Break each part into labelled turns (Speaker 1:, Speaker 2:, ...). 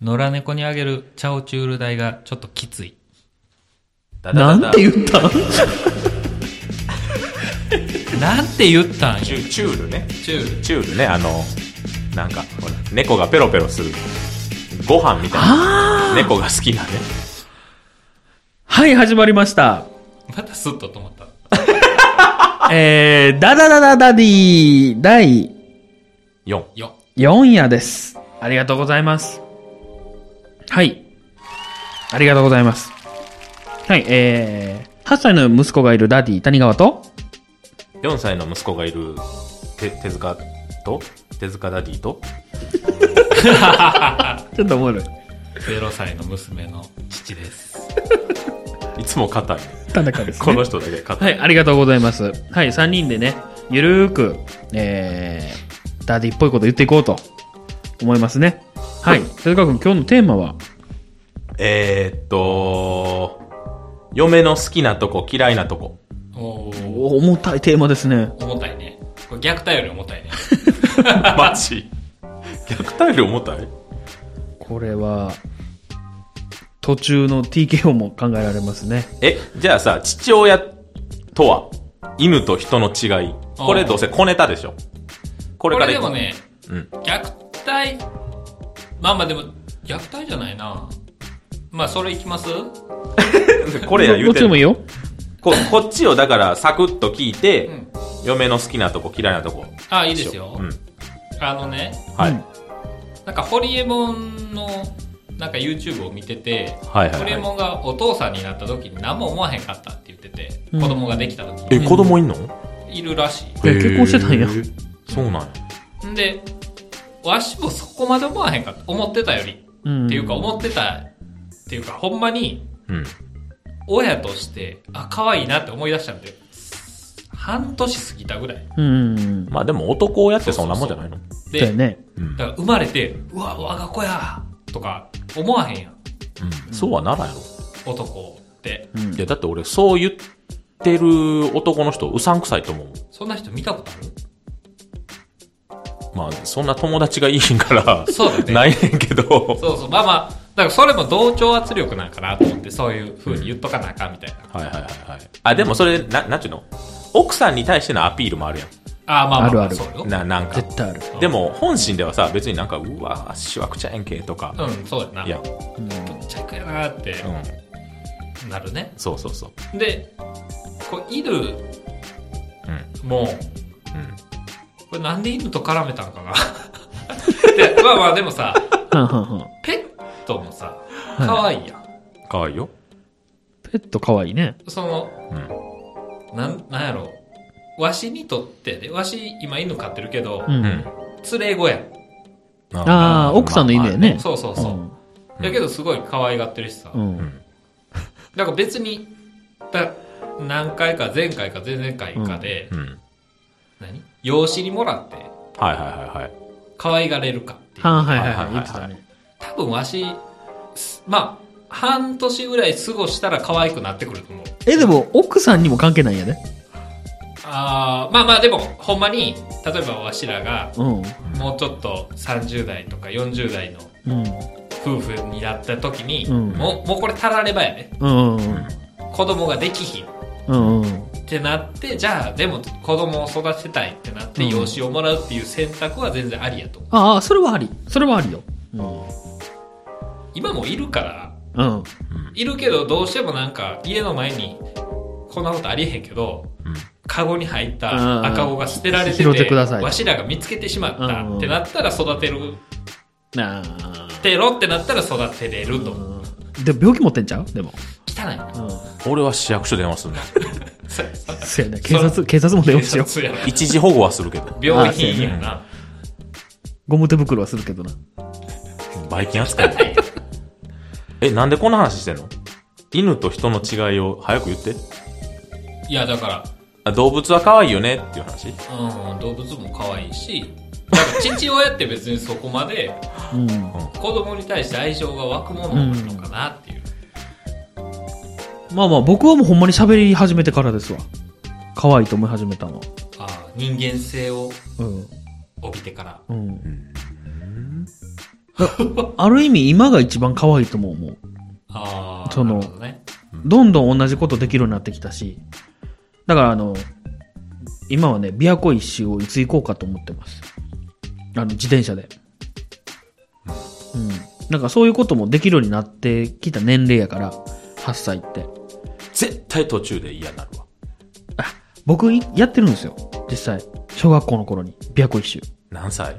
Speaker 1: 野良猫にあげるチャオチュール代がちょっときつい。
Speaker 2: ダダ
Speaker 3: な
Speaker 2: ダ
Speaker 3: ん
Speaker 2: ダ
Speaker 3: て言ったん
Speaker 1: なんて言ったんや。
Speaker 2: チュチュールね。
Speaker 1: チュール。
Speaker 2: チュールね、あの、なんか、ほら、猫がペロペロする。ご飯みたいな。猫が好きなね。
Speaker 3: はい、始まりました。
Speaker 1: またスッと止まった。
Speaker 3: えー、ダダダダダディ第
Speaker 2: 4。
Speaker 1: よ。
Speaker 3: 4夜です。ありがとうございます。はい。ありがとうございます。はい、えー、8歳の息子がいるダディ谷川と、
Speaker 2: 4歳の息子がいる手手塚と手塚ダディと
Speaker 3: ちょっと思る。
Speaker 1: 0歳の娘の父です。
Speaker 2: いつも硬い
Speaker 3: 田中です、
Speaker 2: この人だけ硬、
Speaker 3: はいい、ありがとうございます。はい、3人でね、ゆるーく、えー、ダディっぽいこと言っていこうと思いますね。はい、手塚君、今日のテーマは、
Speaker 2: えー、っと嫁の好きなとこ嫌いなと こ
Speaker 1: おー。
Speaker 3: お重たいテーマですね。
Speaker 1: 重たいね。これ虐待より重たいね。
Speaker 2: マジ虐待より重たい
Speaker 3: これは、途中の TKO も考えられますね。
Speaker 2: えじゃあさ父親とは犬と人の違いこれどうせ小ネタでしょ
Speaker 1: こ
Speaker 2: これ
Speaker 1: れで
Speaker 2: から行
Speaker 1: も
Speaker 2: く
Speaker 1: ね、
Speaker 2: うん
Speaker 1: 虐待、まあまあでも、虐待じゃないな。まあそれいきます
Speaker 2: これや言う
Speaker 3: どってちでもいい
Speaker 2: る
Speaker 3: よ。
Speaker 2: ここっちをだからサクッと聞いて、
Speaker 1: うん
Speaker 2: 嫁の好きなとこ嫌いなとこ
Speaker 1: あ、いいですよ。
Speaker 2: うん
Speaker 1: あのね、
Speaker 2: はい、
Speaker 3: うん
Speaker 1: なんかホリエモンのなんか YouTube を見てて、
Speaker 2: はいはいはい
Speaker 1: ホリエモンがお父さんになった時に何も思わへんかったって言ってて、
Speaker 3: うん
Speaker 1: 子供ができた時
Speaker 2: え
Speaker 1: に
Speaker 2: 子供いんの
Speaker 1: いるらしい。
Speaker 3: え結婚してたんや
Speaker 2: へーそうなんや
Speaker 1: んで、わしもそこまで思わへんかった。思ってたより。
Speaker 3: うん
Speaker 1: っていうか、思ってた、っていうか、ほんまに、
Speaker 2: うん
Speaker 1: 親として、あ、可愛いなって思い出したんで、半年過ぎたぐらい。
Speaker 3: うん。
Speaker 2: まあでも男親ってそんなもんじゃないの
Speaker 3: だよ
Speaker 1: で、
Speaker 3: ね。
Speaker 2: うん
Speaker 1: だから生まれて、うわ、我が子やとか、思わへんやん。
Speaker 2: うんそうはならんやろ。
Speaker 1: 男って。
Speaker 3: うん
Speaker 2: いや、だって俺、そう言ってる男の人、うさんくさいと思う。
Speaker 1: そんな人見たことある
Speaker 2: まあ、そんな友達がいいんから、
Speaker 1: そうだね
Speaker 2: ないねんけど。
Speaker 1: そうそう、まあまあ、だからそれも同調圧力なんかなと思って、そういう風に言っとかなあかんみたいな。
Speaker 2: はいはいはいはい。あ、でもそれ、な、なんちゅうの奥さんに対してのアピールもあるや
Speaker 1: ああ、まあまあ、
Speaker 3: あるある
Speaker 1: そうよ
Speaker 2: ん。。な、なんか。
Speaker 3: 絶対ある。
Speaker 2: でも、本心ではさ、別になんか、うわ、しわくちゃやんけ、とか。
Speaker 1: うん、そうやな。
Speaker 2: いや、
Speaker 3: うん
Speaker 1: めっちゃくやなーって
Speaker 2: うん。
Speaker 1: なるね。
Speaker 2: そうそうそう。
Speaker 1: で、こう、犬
Speaker 2: うん。
Speaker 1: も、
Speaker 2: うん。
Speaker 1: これなんで犬と絡めたんかなでまあまあ、でもさ、
Speaker 3: はんはんはん
Speaker 1: ペットもさ、可愛いやん。
Speaker 2: かわいいよ。
Speaker 3: ペット可愛いね。
Speaker 1: その、
Speaker 2: うん。
Speaker 1: なん、なんやろう。わしにとってで、わし、今犬飼ってるけど、
Speaker 3: う
Speaker 2: うん
Speaker 3: ん。。
Speaker 1: 連れ子やん。
Speaker 3: ああ、奥さんの犬や
Speaker 2: まあまあ
Speaker 3: ね。
Speaker 1: そうそう
Speaker 3: う
Speaker 1: そう。やけど、すごい可愛がってるしさ。
Speaker 3: ん。う。
Speaker 2: うんん。
Speaker 1: だから別に、だ何回か、前回か前々回かで、
Speaker 2: うん。
Speaker 1: 何養子にもらって、
Speaker 2: はいはいはいはい。
Speaker 1: 可愛がれるかっていう。
Speaker 3: はんはいはい
Speaker 2: はい
Speaker 3: は。
Speaker 2: はいい
Speaker 3: 言ってたね。
Speaker 1: 多分わし、すまあ、半年ぐらい過ごしたら可愛くなってくると思う。
Speaker 3: え、でも、奥さんにも関係ないんやね。
Speaker 1: あーまあまあでも、ほんまに、例えばわしらが、
Speaker 3: うん。
Speaker 1: もうちょっと30代とか40代の
Speaker 3: うん。
Speaker 1: 夫婦になった時に、
Speaker 3: うん
Speaker 1: もう、もうこれたらればやね。
Speaker 3: うん。うん
Speaker 1: 子供ができひんっ
Speaker 3: うん。うん。
Speaker 1: てなって、じゃあ、でも子供を育てたいってなって、
Speaker 3: うん
Speaker 1: 養子をもらうっていう選択は全然ありやと思う
Speaker 3: ああ、それはあり。それはありよ。うん。
Speaker 1: 今もいるから
Speaker 3: うん。
Speaker 1: いるけどどうしてもなんか家の前にこんなことありえへんけど
Speaker 2: うん。
Speaker 1: カゴに入っ
Speaker 3: うん
Speaker 1: た赤子が捨てられて
Speaker 3: 拾っててください
Speaker 1: わしらが見つけてしまった
Speaker 3: うん
Speaker 1: ってなったら育てる
Speaker 3: なあ。
Speaker 1: てろってなったら育てれると
Speaker 3: うんでも病気持ってんちゃうでも。
Speaker 1: 汚いな
Speaker 3: うん。
Speaker 2: 俺は市役所電話するの。
Speaker 1: そ
Speaker 3: そうやね。警察、警察も電話しよう。
Speaker 1: そうやな
Speaker 2: 一時保護はするけど。
Speaker 1: 病院やな
Speaker 3: ゴム手袋はするけどな。
Speaker 2: バイキン扱い。 え、なんでこんな話してんの犬と人の違いを早く言って。
Speaker 1: いやだか
Speaker 2: あ動物は可愛いよねっていう話。
Speaker 1: らうん動物も可愛いしだから父親って別にそこまで
Speaker 3: うん。
Speaker 1: 子供に対して愛情が湧くものなのかなっていう、
Speaker 3: まあまあ、僕はもうほんまに喋り始めてからですわ。可愛いと思い始めたの。
Speaker 1: ああ人間性を
Speaker 3: うん。
Speaker 1: 帯びてから
Speaker 3: うん。 ある意味今が一番可愛いとも思う。
Speaker 1: ああ。
Speaker 3: その
Speaker 1: なるほどね。
Speaker 3: どんどん同じことできるようになってきたし、だからあの、今はね、琵琶湖一周をいつ行こうかと思ってます。あの、自転車で。うん。なんかそういうこともできるようになってきた年齢やから、8歳って。
Speaker 2: 絶対途中で嫌になるわ。
Speaker 3: 僕い、やってるんですよ。実際。小学校の頃に、琵琶湖一周。
Speaker 2: 何歳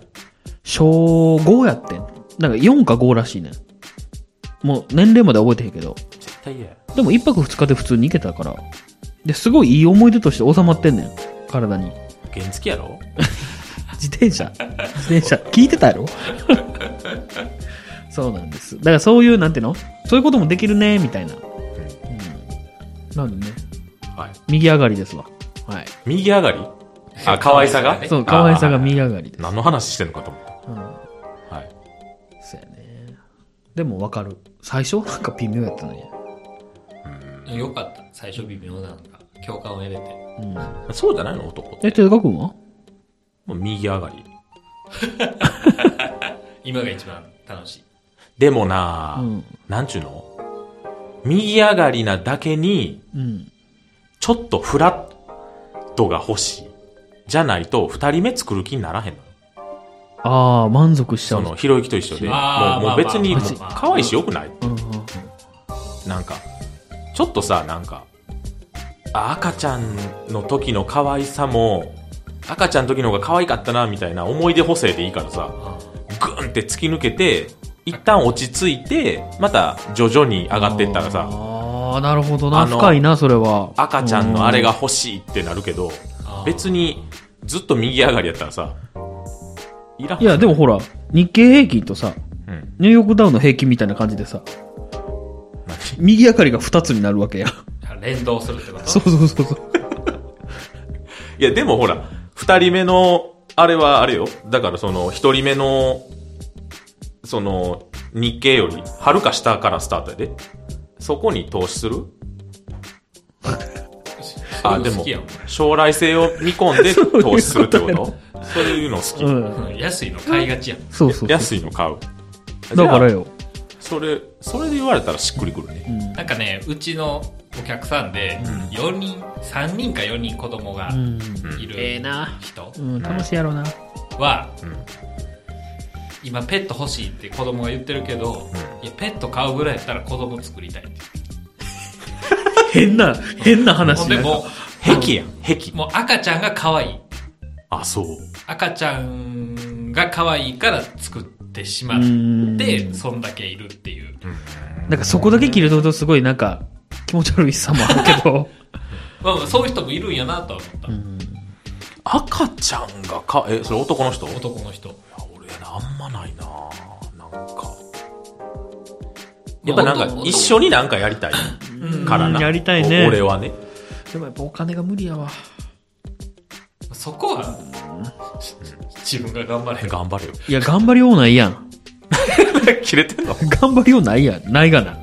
Speaker 3: 小5やってん。なんか4か5らしいねん。もう年齢までは覚えてへんけど。
Speaker 2: 絶対嫌や。
Speaker 3: でも一泊二日で普通に行けたから。で、すごいいい思い出として収まってんねん。体に。
Speaker 2: 原付やろ
Speaker 3: 自転車。自転車。聞いてたやろ そうなんです。だからそういう、なんていうのそういうこともできるね、みたいな。うん。なんでね、
Speaker 2: はい。
Speaker 3: 右上がりですわ。はい。
Speaker 2: 右上 がりあ、可愛さが
Speaker 3: そう、可愛さが
Speaker 2: あー
Speaker 3: 右上がりです。
Speaker 2: 何の話してんのかと思っ
Speaker 3: うん。
Speaker 2: た。はい。
Speaker 3: そうやね。でもわかる。最初はなんか微妙やったのに。
Speaker 1: よかった。最初微妙なのが。共感を得れて。
Speaker 3: うん。
Speaker 2: そうじゃないの男って。
Speaker 3: え、哲学君は
Speaker 2: もう右上がり。
Speaker 1: 今が一番楽しい。
Speaker 2: でもな
Speaker 3: う
Speaker 2: ぁ、
Speaker 3: ん。
Speaker 2: なんちゅうの右上がりなだけに、
Speaker 3: うん。
Speaker 2: ちょっとフラットが欲しい。じゃないと、二人目作る気にならへんの。
Speaker 3: ああ、満足しちゃ。
Speaker 2: そうの、ひろゆきと一緒で、も
Speaker 1: あー
Speaker 2: うもう別に、
Speaker 1: まあ
Speaker 2: も
Speaker 1: まあ
Speaker 2: う
Speaker 1: まあ
Speaker 2: 可愛いしよくない
Speaker 3: うんうん
Speaker 2: なんか、ちょっとさ、なんか、あ赤ちゃんの時の可愛さも、赤ちゃんの時の方が可愛かったな、みたいな思い出補正でいいからさ、ぐんって突き抜けて、一旦落ち着いて、また徐々に上がっていったらさ、
Speaker 3: ああ、なるほどな。
Speaker 2: あの
Speaker 3: 深いな、それは。
Speaker 2: 赤ちゃんのあれが欲しいってなるけど、別
Speaker 1: に。
Speaker 2: にずっと右上がりやったらさ、いらん
Speaker 3: いや、でもほら、日経平均とさ、
Speaker 2: うん。
Speaker 3: ニューヨークダウンの平均みたいな感じでさ、
Speaker 2: 何
Speaker 3: 右上がりが2つになるわけや。
Speaker 1: 連動するってこと
Speaker 3: そうそうそうそう。
Speaker 2: いや、でもほら、二人目の、あれはあれよ。だからその、一人目の、その、日経より、はるか下からスタートやで。そこに投資する
Speaker 1: あ、
Speaker 2: あ、
Speaker 1: で
Speaker 2: で
Speaker 1: も
Speaker 2: も
Speaker 1: 好きやん。、
Speaker 2: 将来性を見込んで
Speaker 3: そういうこと
Speaker 2: 投資するってことそういうの好き。
Speaker 3: うん。
Speaker 1: うん安いの買いがちやん。
Speaker 3: そうそうそう。
Speaker 2: 安いの買う。
Speaker 3: だから
Speaker 2: じゃあ
Speaker 3: よ。
Speaker 2: それ、それで言われたらしっくりくるね。
Speaker 1: なんかね、うちのお客さんで、4人、3人か4人子供が
Speaker 3: うん。
Speaker 1: い
Speaker 3: ええ
Speaker 1: る
Speaker 3: な。
Speaker 1: 人
Speaker 3: うん、楽しいやろうな。
Speaker 1: は、
Speaker 2: うん。
Speaker 1: 今ペット欲しいって子供が言ってるけど、いや、ペット買うぐらいやったら子供作りたいって。
Speaker 3: 変な、変な
Speaker 1: ほ
Speaker 3: 話
Speaker 1: んで
Speaker 3: やな
Speaker 1: も
Speaker 2: 壁やん、壁
Speaker 1: う、。もう赤ちゃんが可愛い。
Speaker 2: あ、そう。
Speaker 1: 赤ちゃんが可愛いから作ってしま
Speaker 3: う
Speaker 1: っ
Speaker 3: ん
Speaker 1: て、そんだけいるっていう。
Speaker 3: なんかそこだけ切り取るとすごいなんか、気持ち悪いさもあるけど。
Speaker 1: まあまあ、そういう人もいるんやなとは思った。
Speaker 2: 赤ちゃんがか、え、それ男の人
Speaker 1: 男の人。
Speaker 2: あ俺あんまないななんか
Speaker 1: ま
Speaker 2: や
Speaker 1: あ
Speaker 2: っぱなんか
Speaker 1: 男
Speaker 2: 一緒になんかやりたいから
Speaker 3: う
Speaker 2: なん
Speaker 3: やりたいね
Speaker 2: お俺はね
Speaker 3: でもやっぱお金が無理やわ。
Speaker 1: そこは、自分が頑張れよ。
Speaker 2: 頑張れよ
Speaker 3: いや、頑張りようないやん。
Speaker 2: 切れてんの
Speaker 3: 頑張りようないやん。ないがな。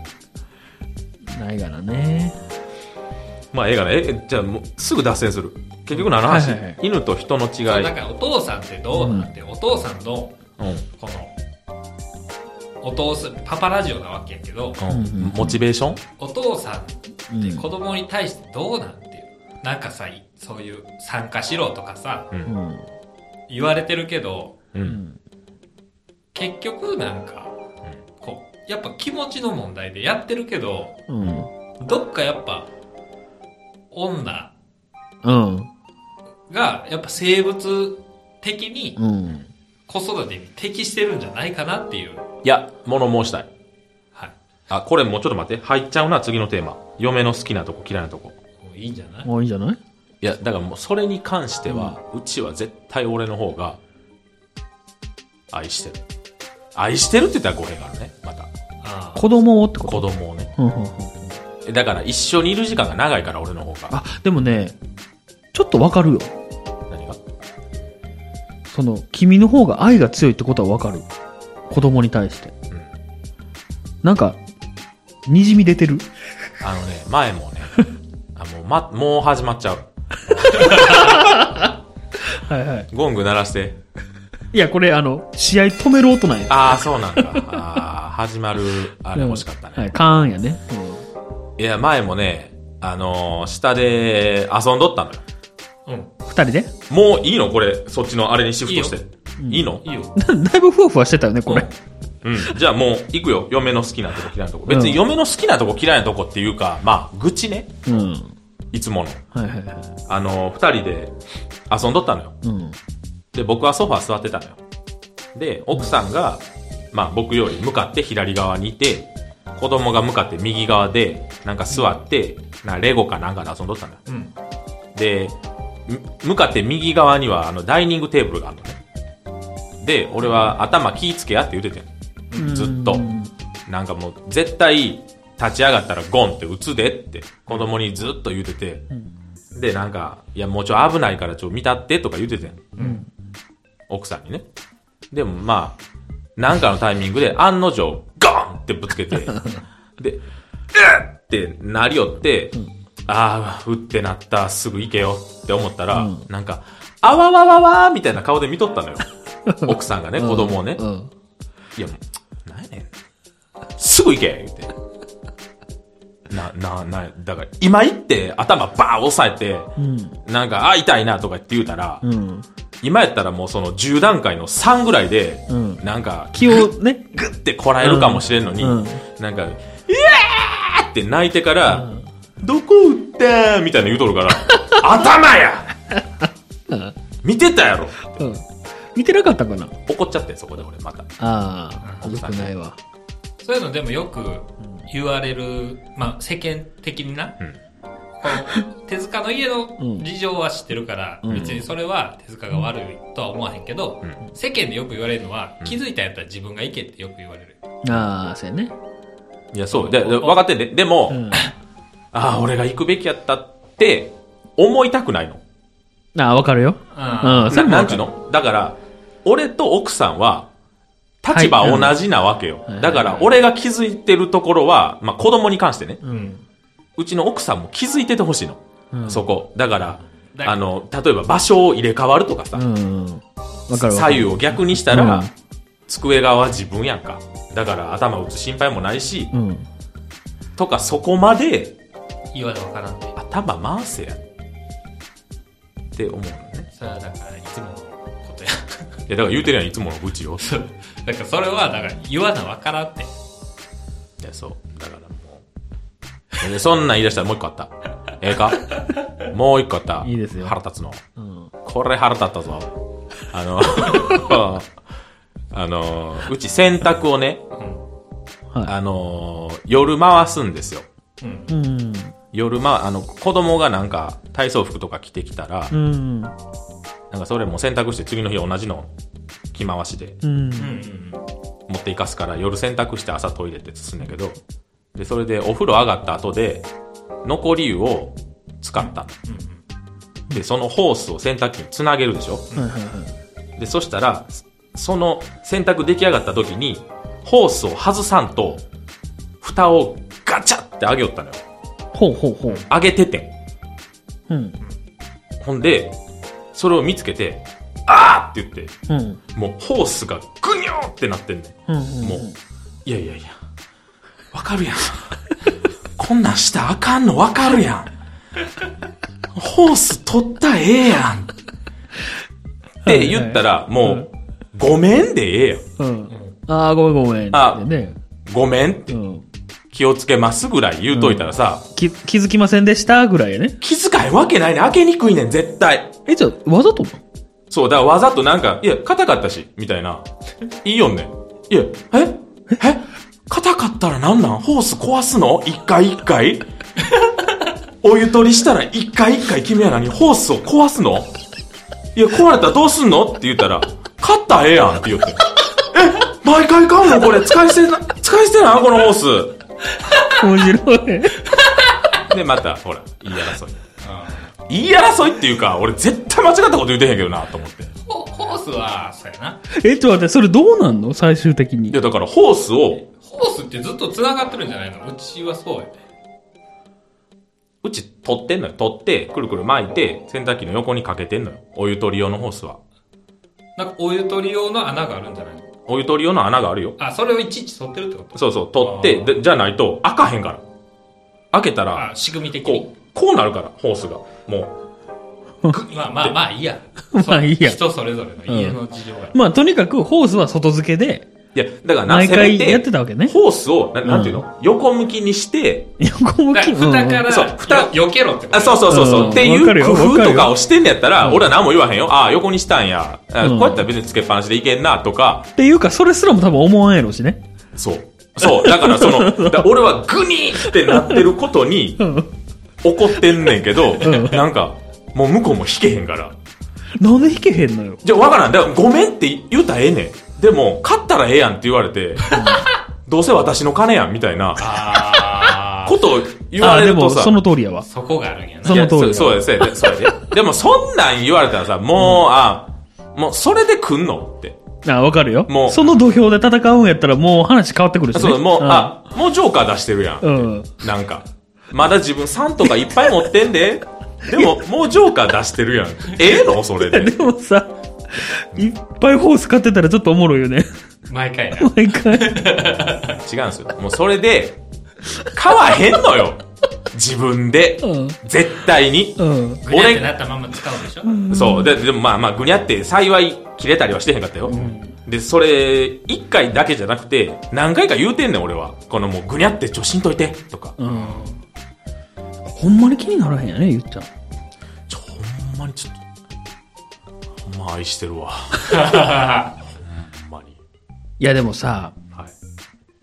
Speaker 3: ないがなね。
Speaker 2: まあええがねえじゃあもうすぐ脱線する結局何の話、
Speaker 3: はいはいはい
Speaker 2: 犬と人の違い
Speaker 1: そうだからお父さんってどうなんて、お父さんの、
Speaker 2: うんうん
Speaker 1: この、お父さん、パパラジオなわけやけど、
Speaker 3: うんうん
Speaker 2: モチベーション
Speaker 1: お父さんって
Speaker 3: うん
Speaker 1: 子供に対してどうなんていう。なんかさ、そういう参加しろとかさ、
Speaker 3: うん。
Speaker 1: 言われてるけど、
Speaker 2: うん、
Speaker 3: うん
Speaker 1: 結局なんか、こう、やっぱ気持ちの問題でやってるけど、
Speaker 3: うん。
Speaker 1: どっかやっぱ、女
Speaker 3: うん。
Speaker 1: が、やっぱ生物的に
Speaker 3: うん。
Speaker 1: 子育てに適してるんじゃないかなっていう。
Speaker 2: いや物申したい
Speaker 1: はい。
Speaker 2: あこれもうちょっと待って入っちゃうな次のテーマ嫁の好きなとこ嫌いなとこ
Speaker 1: もういいんじゃない
Speaker 3: もういいんじゃない
Speaker 2: いやだからもうそれに関しては、うちは絶対俺の方が愛してる愛してるって言ったら語弊があるねまた
Speaker 1: ああ
Speaker 3: 子供をってこ
Speaker 2: 子
Speaker 3: と
Speaker 2: 供をね
Speaker 3: うんうんうん
Speaker 2: えだから一緒にいる時間が長いから俺の方が
Speaker 3: あ、でもね、ちょっとわかるよ。
Speaker 2: 何が
Speaker 3: その、君の方が愛が強いってことはわかる。子供に対して。なんか、にじみ出てる。
Speaker 2: あのね前もねあもう、ま、もう始まっちゃう
Speaker 3: はいはい。
Speaker 2: ゴング鳴らして
Speaker 3: いや、これ、あの、試合止める音なんや。
Speaker 2: ああ、そうなんだ。ああ、始まる、あれ欲しかったね。
Speaker 3: はい、カーンやね。
Speaker 2: いや、前もね、あのー下で遊んどったのよ。
Speaker 1: うん。
Speaker 3: うん二人で
Speaker 2: もういいのこれ、そっちのあれにシフトして。いいの
Speaker 1: いいよ。
Speaker 3: だいぶふわふわしてたよね、これ。
Speaker 2: うん。じゃあもう、行くよ。嫁の好きなとこ嫌いなとこ。別
Speaker 3: う
Speaker 2: に
Speaker 3: ん
Speaker 2: 嫁の好きなとこ嫌いなとこっていうか、まあ、愚痴ね。
Speaker 3: うん。
Speaker 2: いつもの。
Speaker 3: はいはいは
Speaker 2: あのー二人で遊んどったのよ。
Speaker 3: い。うん。
Speaker 2: で、僕はソファー座ってたのよ。で、奥さんが、まあ僕より向かって左側にいて、子供が向かって右側で、なんか座って、なレゴかなんかで遊んどったのよ。
Speaker 1: うん。
Speaker 2: で、む向かって右側にはあのダイニングテーブルがあるのね。で、俺は頭気ぃつけやって言うててん。ずっと
Speaker 3: う。ん
Speaker 2: なんかもう絶対立ち上がったらゴンって打つでって子供にずっと言うてて。で、なんか、いやもうちょ危ないからちょ見たってとか言うててん。
Speaker 1: うん。
Speaker 2: 奥さんにね。でもまあ、なんかのタイミングで案の定、ゴンってぶつけて、で、えっってなりよって、ああ、うってなった、すぐ行けよって思ったら、
Speaker 3: うん
Speaker 2: なんか、あわわわわーみたいな顔で見とったのよ。奥さんがね、子供をね。
Speaker 3: うん。
Speaker 2: いや、もうなんやねん。すぐ行け言って。な、な、な、だから、今行って頭バーン押さえて、
Speaker 3: うん。
Speaker 2: なんか、あ、痛いなとかって言うたら、
Speaker 3: うん。
Speaker 2: 今やったらもうその10段階の3ぐらいで、
Speaker 3: うん
Speaker 2: なんか、
Speaker 3: 気を ね。
Speaker 2: グッてこらえるかもしれんのに、
Speaker 3: うんうん
Speaker 2: なんか、イエーって泣いてから、どこ打ってんみたいな言うとるから、頭や見てたやろ
Speaker 3: うん。見てなかったかな
Speaker 2: 怒っちゃってんそこで俺また。
Speaker 3: ああ、
Speaker 2: うん
Speaker 3: よくないわ。
Speaker 1: そういうのでもよく言われる、まあ世間的にな、
Speaker 2: うん
Speaker 1: この手塚の家の事情は知ってるから、
Speaker 3: うん
Speaker 1: 別にそれは手塚が悪いとは思わへんけど、
Speaker 2: うん
Speaker 1: 世間でよく言われるのは、
Speaker 2: ん
Speaker 1: 気づいたんやったら自分が行けってよく言われる。
Speaker 3: ああ、そうやね。
Speaker 2: いや、そう。で、で分かってんで、でも、
Speaker 3: うん。
Speaker 2: ああ、俺が行くべきやったって、思いたくないの。
Speaker 3: ああ、わかるよ。
Speaker 1: あ
Speaker 3: うん。そ
Speaker 2: な
Speaker 3: れも
Speaker 2: な
Speaker 3: わ
Speaker 2: んち
Speaker 3: か
Speaker 2: ゅう
Speaker 3: る
Speaker 2: のだから、俺と奥さんは、立場同じなわけよ。
Speaker 3: いうん
Speaker 2: だから、俺が気づいてるところは、まあ、子供に関してね、
Speaker 1: あうん。
Speaker 2: うちの奥さんも気づいててほしいの。
Speaker 3: うん
Speaker 2: そこ。だから、
Speaker 1: だ
Speaker 2: あの、例えば場所を入れ替わるとかさ、
Speaker 3: うん。わかる
Speaker 2: 左
Speaker 3: わかる。
Speaker 2: 右を逆にしたら、
Speaker 3: うん
Speaker 2: 机側は自分やんか。だから、頭打つ心配もないし、
Speaker 3: うん。
Speaker 2: とか、そこまで、
Speaker 1: 言わなわからんで。
Speaker 2: 頭回せや。って思うのね。
Speaker 1: それはだからいつものことや。
Speaker 2: いや、だから言うてるやん、いつもの愚痴を。
Speaker 1: そう。 だからそれは、だから言わなわからんって。
Speaker 2: いや、そう。だからもう。えーそんなん言い出したらもう一個あった。ええかもう一個あった。
Speaker 3: いいですよ
Speaker 2: 腹立つの。
Speaker 3: うん。
Speaker 2: これ腹立ったぞ。あの、 あの、うち洗濯をね、
Speaker 1: うん。
Speaker 3: は
Speaker 2: あの、夜回すんですよ。
Speaker 1: うん
Speaker 3: い。。うん。
Speaker 2: 夜ま、あの、子供がなんか体操服とか着てきたら、
Speaker 3: うん。
Speaker 2: なんかそれも洗濯して次の日同じの着回しで
Speaker 3: うん
Speaker 1: うん。うん。
Speaker 2: 持っていかすから夜洗濯して朝トイレってすんだけど、で、それでお風呂上がった後で、残り湯を使ったの。で、そのホースを洗濯機につなげるでしょ
Speaker 3: はいはいはい。
Speaker 2: で、そしたら、そその洗濯出来上がった時に、ホースを外さんと、蓋をガチャって上げよったのよ。
Speaker 3: ほうほうほう。
Speaker 2: 上げててん。
Speaker 3: うん。
Speaker 2: ほんで、それを見つけて、あーって言って、
Speaker 3: うん。うん
Speaker 2: もうホースがグニョーってなってんね
Speaker 3: うん。
Speaker 2: ん。もう、いやいやいや、わかるやん。こんなんしたらあかんのわかるやん。ホース取ったらええやん。って言ったら、もう、ごめんでええやん。
Speaker 3: うん。ああ、ごめんごめん。
Speaker 2: あ
Speaker 3: ね。
Speaker 2: ごめんって
Speaker 3: うん。
Speaker 2: 気をつけますぐらい言うといたらさ、
Speaker 3: き、気づきませんでしたぐらいやね。
Speaker 2: 気遣いわけないねん。開けにくいねん、絶対。
Speaker 3: え、じゃあ、わざとな
Speaker 2: そう、だからわざとなんか、いや、硬かったし、みたいな。いいよね。いや、ええ硬かったらなんなんホース壊すの一回一回お湯取りしたら一回一回君は何ホースを壊すのいや、壊れたらどうすんのって言ったら、買ったらええやんって言って。え毎回買うのこれ使い捨てな、使い捨てなこのホース。
Speaker 3: 面白い。
Speaker 2: で、また、ほら、言い争い。
Speaker 1: あ
Speaker 2: 言い争いっていうか、俺絶対間違ったこと言うてへんけどな、と思って。い
Speaker 1: ホホースは、そうやな。
Speaker 3: え、ちょっと待って、それどうなんの最終的に。
Speaker 2: や、だからホースを、
Speaker 1: ホースってずっと繋がってるんじゃないのうちはそうやね。
Speaker 2: うち取ってんのよ。取って、くるくる巻いて、洗濯機の横にかけてんのよ。お湯取り用のホースは。
Speaker 1: なんかお湯取り用の穴があるんじゃないの
Speaker 2: お湯取り用の穴があるよ。
Speaker 1: あ、それをいちいち取ってるってこと
Speaker 2: そうそう、取って、でじゃないと開かへんから。開けた
Speaker 1: あ、
Speaker 2: ら、
Speaker 1: 仕組み的に
Speaker 2: こ。う、こうなるから、ホースが。も
Speaker 1: まあまあまあいいや
Speaker 3: 。まあいいや
Speaker 1: 人それぞれの家の事情がある。
Speaker 3: まあ、とにかくホースは外付けで、
Speaker 2: う。いや、だからな、
Speaker 3: 毎回
Speaker 2: せめて
Speaker 3: やってたわけね
Speaker 2: ホースを、ななんていうの、横向きにして、
Speaker 3: 横向
Speaker 1: だ
Speaker 3: き。
Speaker 1: から蓋か
Speaker 3: うん
Speaker 1: ら、
Speaker 2: そう蓋
Speaker 1: よ避けろってこと
Speaker 2: あ、そうそうそうそう、
Speaker 3: うん
Speaker 2: って
Speaker 3: わかる
Speaker 2: いう
Speaker 3: よ
Speaker 2: 工夫と
Speaker 3: わかる
Speaker 2: か
Speaker 3: よ
Speaker 2: をしてんのやったら、
Speaker 3: うん
Speaker 2: 俺は何も言わへんよ。ああ、横にしたんや。あ
Speaker 3: うん
Speaker 2: こうやったら別につけっぱなしでいけんな、とか。
Speaker 3: っていうか、それすらも多分思わんやろうしね。
Speaker 2: そう。そう。だからその、 だから俺はグニーってなってることに
Speaker 3: うん。
Speaker 2: 怒ってんねんけど、
Speaker 3: ん
Speaker 2: なんか、もう向こうも引けへんから。
Speaker 3: なんで弾けへんのよ。
Speaker 2: じゃあわからん。だからごめんって言うたらええねん。でも、勝ったらええやんって言われ て、どうせ私の金やんみたいな
Speaker 1: あー
Speaker 2: ことを言わ
Speaker 3: あ、
Speaker 2: れ
Speaker 3: で
Speaker 2: ると
Speaker 3: も、
Speaker 2: さ。
Speaker 3: その通りやわ。
Speaker 1: そこがあるんやな
Speaker 3: そ。の通り
Speaker 2: いやそうそうですそうやで。でもそんなん言われたらさ、もう、あ、もうそれで来んのって。
Speaker 3: あ、わかるよ。
Speaker 2: もう
Speaker 3: その土俵で戦うんやったら、もう話変わってくるしね。
Speaker 2: そう、もう、
Speaker 3: ん、
Speaker 2: あ、もうジョーカー出してるやん。
Speaker 3: うん。
Speaker 2: なんか。まだ自分3とかいっぱい持ってんで。でも、もうジョーカー出してるやん。ええのそれ
Speaker 3: で
Speaker 2: で。
Speaker 3: もさ、いっぱいホース買ってたらちょっとおもろいよね。
Speaker 1: 毎回な。
Speaker 3: 毎回。
Speaker 2: 違うんですよ。もうそれで、買わへんのよ。自分で。
Speaker 3: うん。
Speaker 2: 絶対に。
Speaker 3: うん。
Speaker 1: グニャってなったまま使うでしょ
Speaker 2: そう。で、でもまあまあ、ぐにゃって幸い切れたりはしてへんかったよ。で、それ、一回だけじゃなくて、何回か言うてんねん、俺は。このもう、ぐにゃって、ちょ、しんといて、とか。
Speaker 3: うん。ほんまに気にならへんやね、ゆっちゃん。
Speaker 2: ちょ、ほんまにちょっと、ほんま愛してるわ。ほんまに。
Speaker 3: いやでもさ、
Speaker 2: はい。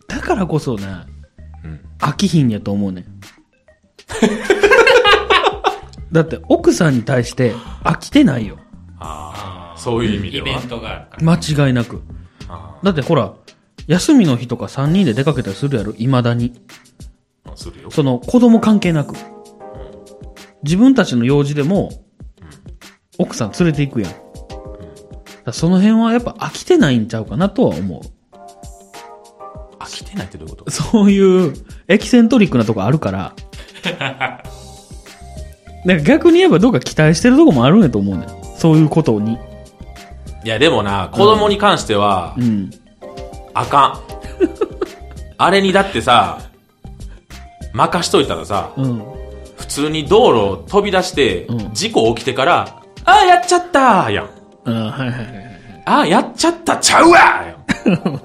Speaker 3: だからこそな、
Speaker 2: うん
Speaker 3: 飽きひんやと思うねん。 だって奥さんに対して飽きてないよ。
Speaker 2: ああ、そういう意味で
Speaker 1: イ
Speaker 2: は。
Speaker 1: ベントがあるから。
Speaker 3: 間違いなく。
Speaker 2: あ
Speaker 3: だってほら、休みの日とか3人で出かけたりするやろ、未だに。
Speaker 2: あ、するよ。
Speaker 3: その子供関係なく。自分たちの用事でも、奥さん連れて行くやん。だからその辺はやっぱ飽きてないんちゃうかなとは思う。
Speaker 2: 飽きてないってどういうこと
Speaker 3: そういうエキセントリックなとこある から。なんか逆に言えばどうか期待してるとこもあるんやと思うねんそういうことに。
Speaker 2: いや、でもな、子供に関しては
Speaker 3: う、ん。
Speaker 2: あかん。あれにだってさ、任しといたらさ、
Speaker 3: うん。
Speaker 2: 普通に道路を飛び出して
Speaker 3: う、ん
Speaker 2: 事故起きてから、ああ、やっちゃったやん。
Speaker 3: あーはいはいはい。
Speaker 2: ああ、やっちゃったちゃうわやん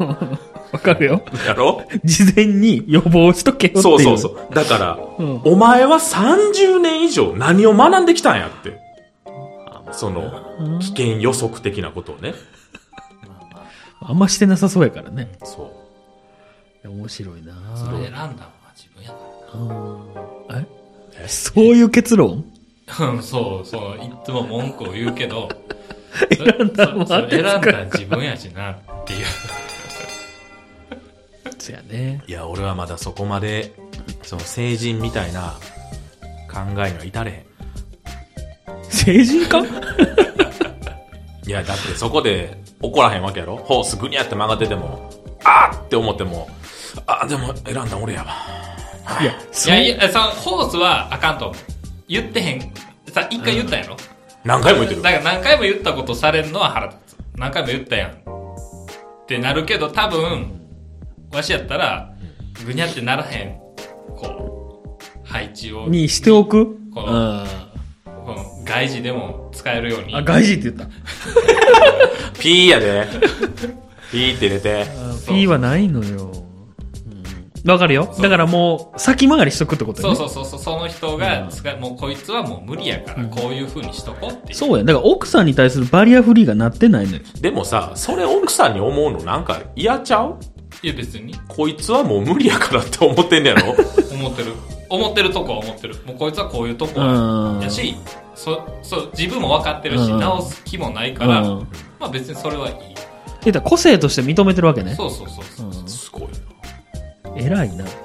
Speaker 3: わかるよ。
Speaker 2: や ろ
Speaker 3: 事前に予防しとけよっていう。
Speaker 2: そうそうそう。だから、
Speaker 3: うん
Speaker 2: お前は30年以上何を学んできたんやって。その、危険予測的なことをね。
Speaker 3: あんましてなさそうやからね。
Speaker 2: そう。
Speaker 3: 面白いな
Speaker 1: そ
Speaker 3: ぁ
Speaker 1: れ選んだのは自分やか
Speaker 3: えそういう結論
Speaker 1: ら。うん、そうそう。いつも文句を言うけど、
Speaker 3: 選んだのは
Speaker 1: それ選ん
Speaker 3: あ
Speaker 1: だ
Speaker 3: んた
Speaker 1: のは自分やしなっていう。
Speaker 3: そやね。
Speaker 2: いや、俺はまだそこまで、その成人みたいな考えには至れへん。
Speaker 3: 成人か
Speaker 2: いや、だってそこで怒らへんわけやろホースぐにゃって曲がってても、あーって思っても、あーでも選んだ俺やわ。
Speaker 3: いや、
Speaker 1: い
Speaker 3: そう
Speaker 1: やいや、そのホースはあかんと思う。言ってへん。さ、一回言ったやろ、
Speaker 2: 何回も言ってる。
Speaker 1: だから何回も言ったことされるのは腹立つ。何回も言ったやん。ってなるけど、多分、わしやったら、ぐにゃってならへん、こう、配置を、
Speaker 3: にしておく
Speaker 1: この
Speaker 3: あ
Speaker 1: この外事でも使えるように。
Speaker 3: あ、外事って言った。
Speaker 2: ピーやで。ピーって入れて。
Speaker 1: そう
Speaker 3: P はないのよ。うんわかるよ。だからもう、先回りしとくってこと
Speaker 1: そ
Speaker 3: ね。
Speaker 1: うそうそうそう、その人が使い、もうこいつはもう無理やから、こういう風にしとこうっていう。
Speaker 3: そうや。だから奥さんに対するバリアフリーがなってないのよ。
Speaker 2: でもさ、それ奥さんに思うのなんか嫌ちゃう
Speaker 1: いや別に、
Speaker 2: こいつはもう無理やからって思ってんねやろ
Speaker 1: 思ってる。思ってるとこは思ってる。もうこいつはこういうとこ
Speaker 3: うん
Speaker 1: やし、そ、そう、自分も分かってるし、
Speaker 3: うん
Speaker 1: 直す気もないから、
Speaker 3: うん
Speaker 1: まあ別にそれはいい。
Speaker 3: 言ったら個性として認めてるわけね。
Speaker 1: そうそうそうそう。
Speaker 2: すごい
Speaker 3: うん偉いな。
Speaker 2: な。偉い。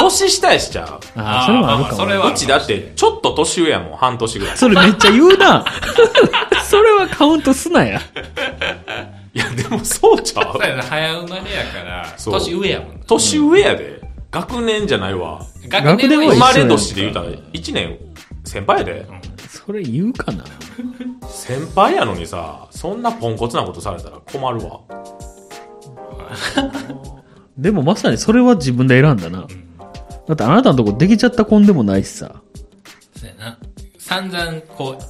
Speaker 2: 年下やしちゃう
Speaker 3: あ
Speaker 1: ー
Speaker 3: あ、それもあるか
Speaker 1: ま
Speaker 3: も。
Speaker 1: それは
Speaker 2: うちだって、ちょっと年上やもん、半年ぐらい。
Speaker 3: それめっちゃ言う な。それはカウントすなや。
Speaker 2: いや、でもそうちゃう
Speaker 1: そうやな早生まれやから、
Speaker 2: そう
Speaker 1: 年上やもんな。
Speaker 2: 年上やで。学年じゃないわ。
Speaker 1: 学
Speaker 3: 学年
Speaker 1: 年
Speaker 3: は
Speaker 1: は
Speaker 2: 生
Speaker 3: 一緒
Speaker 1: 一緒
Speaker 2: まれ年で言うたら、1年先輩やで。
Speaker 3: そそれ言うかな
Speaker 2: 先輩やのにさ、そんなポンコツなことされたら困るわ。
Speaker 3: でもまさにそれは自分で選んだな。だってあなたのとこできちゃった婚でもないしさ。
Speaker 1: そうやな。散々、こう、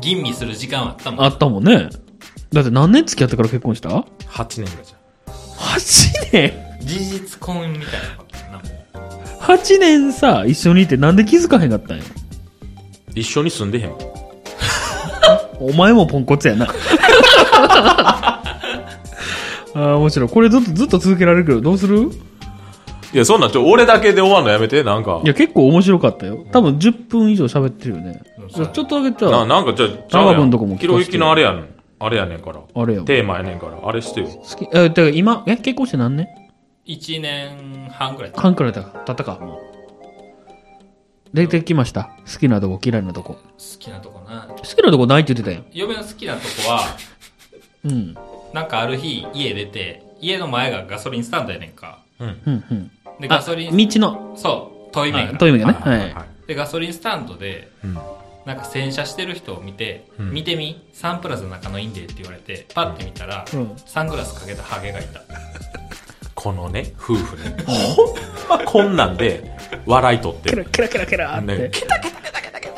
Speaker 1: 吟味する時間はあったもん。
Speaker 3: あったもんね。だって何年付き合ってから結婚した ?8
Speaker 2: 8年ぐらいじ
Speaker 3: 年
Speaker 1: 事実婚みたいなことやな。
Speaker 3: !8 年さ、一緒にいてなんで気づかへんかったんや。
Speaker 2: ゃん。一緒に住んでへん。
Speaker 3: お前もポンコツや な。ああ、面白い。これずっと、ずっと続けられるけど、どうする
Speaker 2: いや、そんなんちょ、俺だけで終わんのやめて、なんか
Speaker 3: い。や、結構面白かったよ。多分10分以上喋ってるよね。ちょっとだけじゃ
Speaker 2: な
Speaker 3: あ、
Speaker 2: なんかじゃあ、ちゃう
Speaker 3: 長
Speaker 2: や
Speaker 3: 文とかも聞かせ
Speaker 2: ひ
Speaker 3: て
Speaker 2: ろゆきのあれやねん。あれやねんから。
Speaker 3: あれやん
Speaker 2: テーマやねんから。あれしてよ。
Speaker 3: 好き、え、だから今、え、結婚して何年
Speaker 1: 1年半ぐらい。
Speaker 3: 半くらいだ経ったか、もう。出てきました。好きなとこ、嫌いなとこ。
Speaker 1: 好きなとこな。
Speaker 3: 好きなとこないって言ってたよ。
Speaker 1: 嫁の好きなとこは、
Speaker 3: うん。
Speaker 1: なんかある日、家出て、家の前がガソリンスタンドやねんか。
Speaker 3: うん、うん。
Speaker 1: で、
Speaker 3: あ
Speaker 1: ガソリン、
Speaker 3: 道の、
Speaker 1: そう、遠い面
Speaker 3: は
Speaker 1: が
Speaker 3: い遠い目がね。
Speaker 2: はいはい
Speaker 3: は。
Speaker 2: はいい
Speaker 1: で、ガソリンスタンドで、
Speaker 2: うん
Speaker 1: なんか洗車してる人を見て、
Speaker 2: うん
Speaker 1: 見てみ、サンプラザ仲のいいんでって言われて、パッて見たら、
Speaker 3: うん
Speaker 1: サングラスかけたハゲがいた。
Speaker 2: このね、夫婦ね。ほんまこんなんで、笑いとって
Speaker 3: ケ。ラケラケラケラっ
Speaker 2: ね
Speaker 3: て。
Speaker 2: ケタケタケタケタケ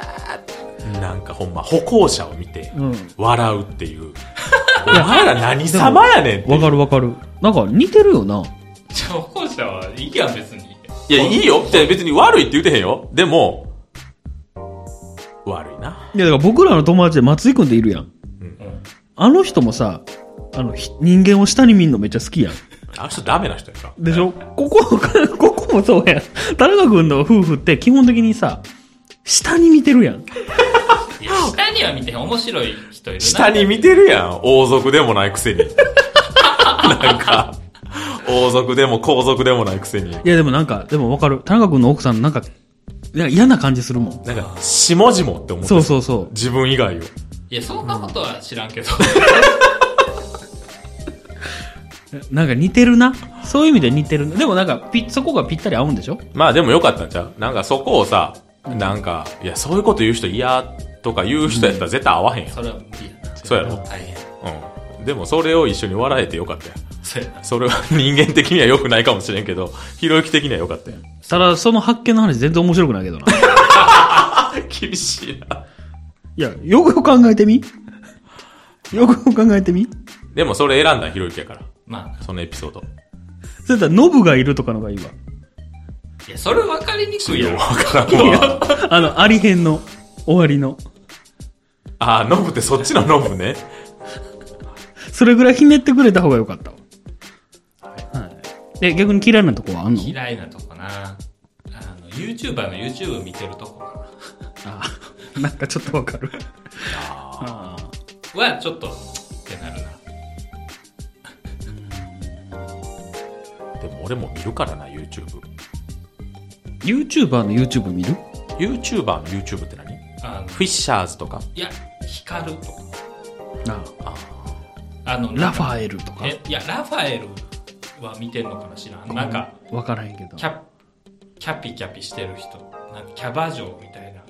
Speaker 2: タなんかほんま歩行者を見て
Speaker 3: うん。
Speaker 2: 笑うっていう、お前ら何様やねんっていう
Speaker 3: わかるわかる。なんか似てるよな。
Speaker 1: じゃあ、歩行者はいいやん、別に。
Speaker 2: いやいいよって別に悪いって言うてへんよでも悪いない
Speaker 3: や、だから僕らの友達で松井くんっているやん。
Speaker 1: うん
Speaker 3: あの人もさ、あの、ひ人間を下に見んのめっちゃ好きやん。
Speaker 2: あの人ダメな人やか
Speaker 3: でしょここ、 ここもそうやん。田中くんの夫婦って基本的にさ、下に見てるや
Speaker 1: い
Speaker 3: ん。
Speaker 1: や下には見てへん、面白い人いるな。
Speaker 2: 下に見てるやん王族でもないくせに なんか王族でも皇族でもないくせに
Speaker 3: いや、でもなんか、でもわかる。田中君の奥さん、なんか、いや嫌な感じするもん。
Speaker 2: なんか下々って思って
Speaker 3: そうそうそう。
Speaker 2: 自分以外を
Speaker 1: いや、そんなことは知らんけど。
Speaker 3: なんか似てるな。そういう意味で似てるな。でもなんか、ぴ、そこがぴったり合うんでしょ
Speaker 2: まあでもよかったんちゃうなんかそこをさ、なんか、いや、そういうこと言う人嫌とか言う人やったら絶対合わへんやん。
Speaker 1: それは無理やな。
Speaker 2: そうやろ
Speaker 1: 大変。
Speaker 2: うん。でもそれを一緒に笑えてよかったやん。
Speaker 1: そうやな。
Speaker 2: それは人間的には良くないかもしれんけど、 ひろゆき的には良かったやん。
Speaker 3: ただ、その発見の話全然面白くないけどな。
Speaker 2: 厳しいな。
Speaker 3: いや、よくよく考えてみよくよく考えてみ
Speaker 2: でもそれ選んだんひろゆきやから。
Speaker 1: まあ、
Speaker 2: そのエピソード。
Speaker 3: それだったら、ノブがいるとかのがいいわ。
Speaker 1: いや、それ分かりにくいやろ。
Speaker 2: わからんわ。
Speaker 3: あの、ありへんの、終わりの。
Speaker 2: あー、ノブってそっちのノブね。
Speaker 3: それぐらいひねってくれた方がよかったわ。はい。で、逆に嫌いなとこはあんの
Speaker 1: 嫌いなとこな。あの、YouTuber の YouTube 見てるとこか
Speaker 3: ああなんかちょっとわかる。ああ。
Speaker 1: な。は、ちょっと、ってなるな。
Speaker 2: でも俺も見るからな、YouTube。
Speaker 3: YouTuber の YouTube 見る
Speaker 2: YouTuber の YouTube って何
Speaker 1: あの、
Speaker 2: フィッシャーズとか。
Speaker 1: いや、光るとか。
Speaker 3: あ
Speaker 1: あの、
Speaker 3: ラファエルとか
Speaker 1: え、いや、ラファエルは見てんのかな知らん。なんか、
Speaker 3: わからへんけど
Speaker 1: キャ、キャピキャピしてる人。なんか、キャバ嬢みたいな。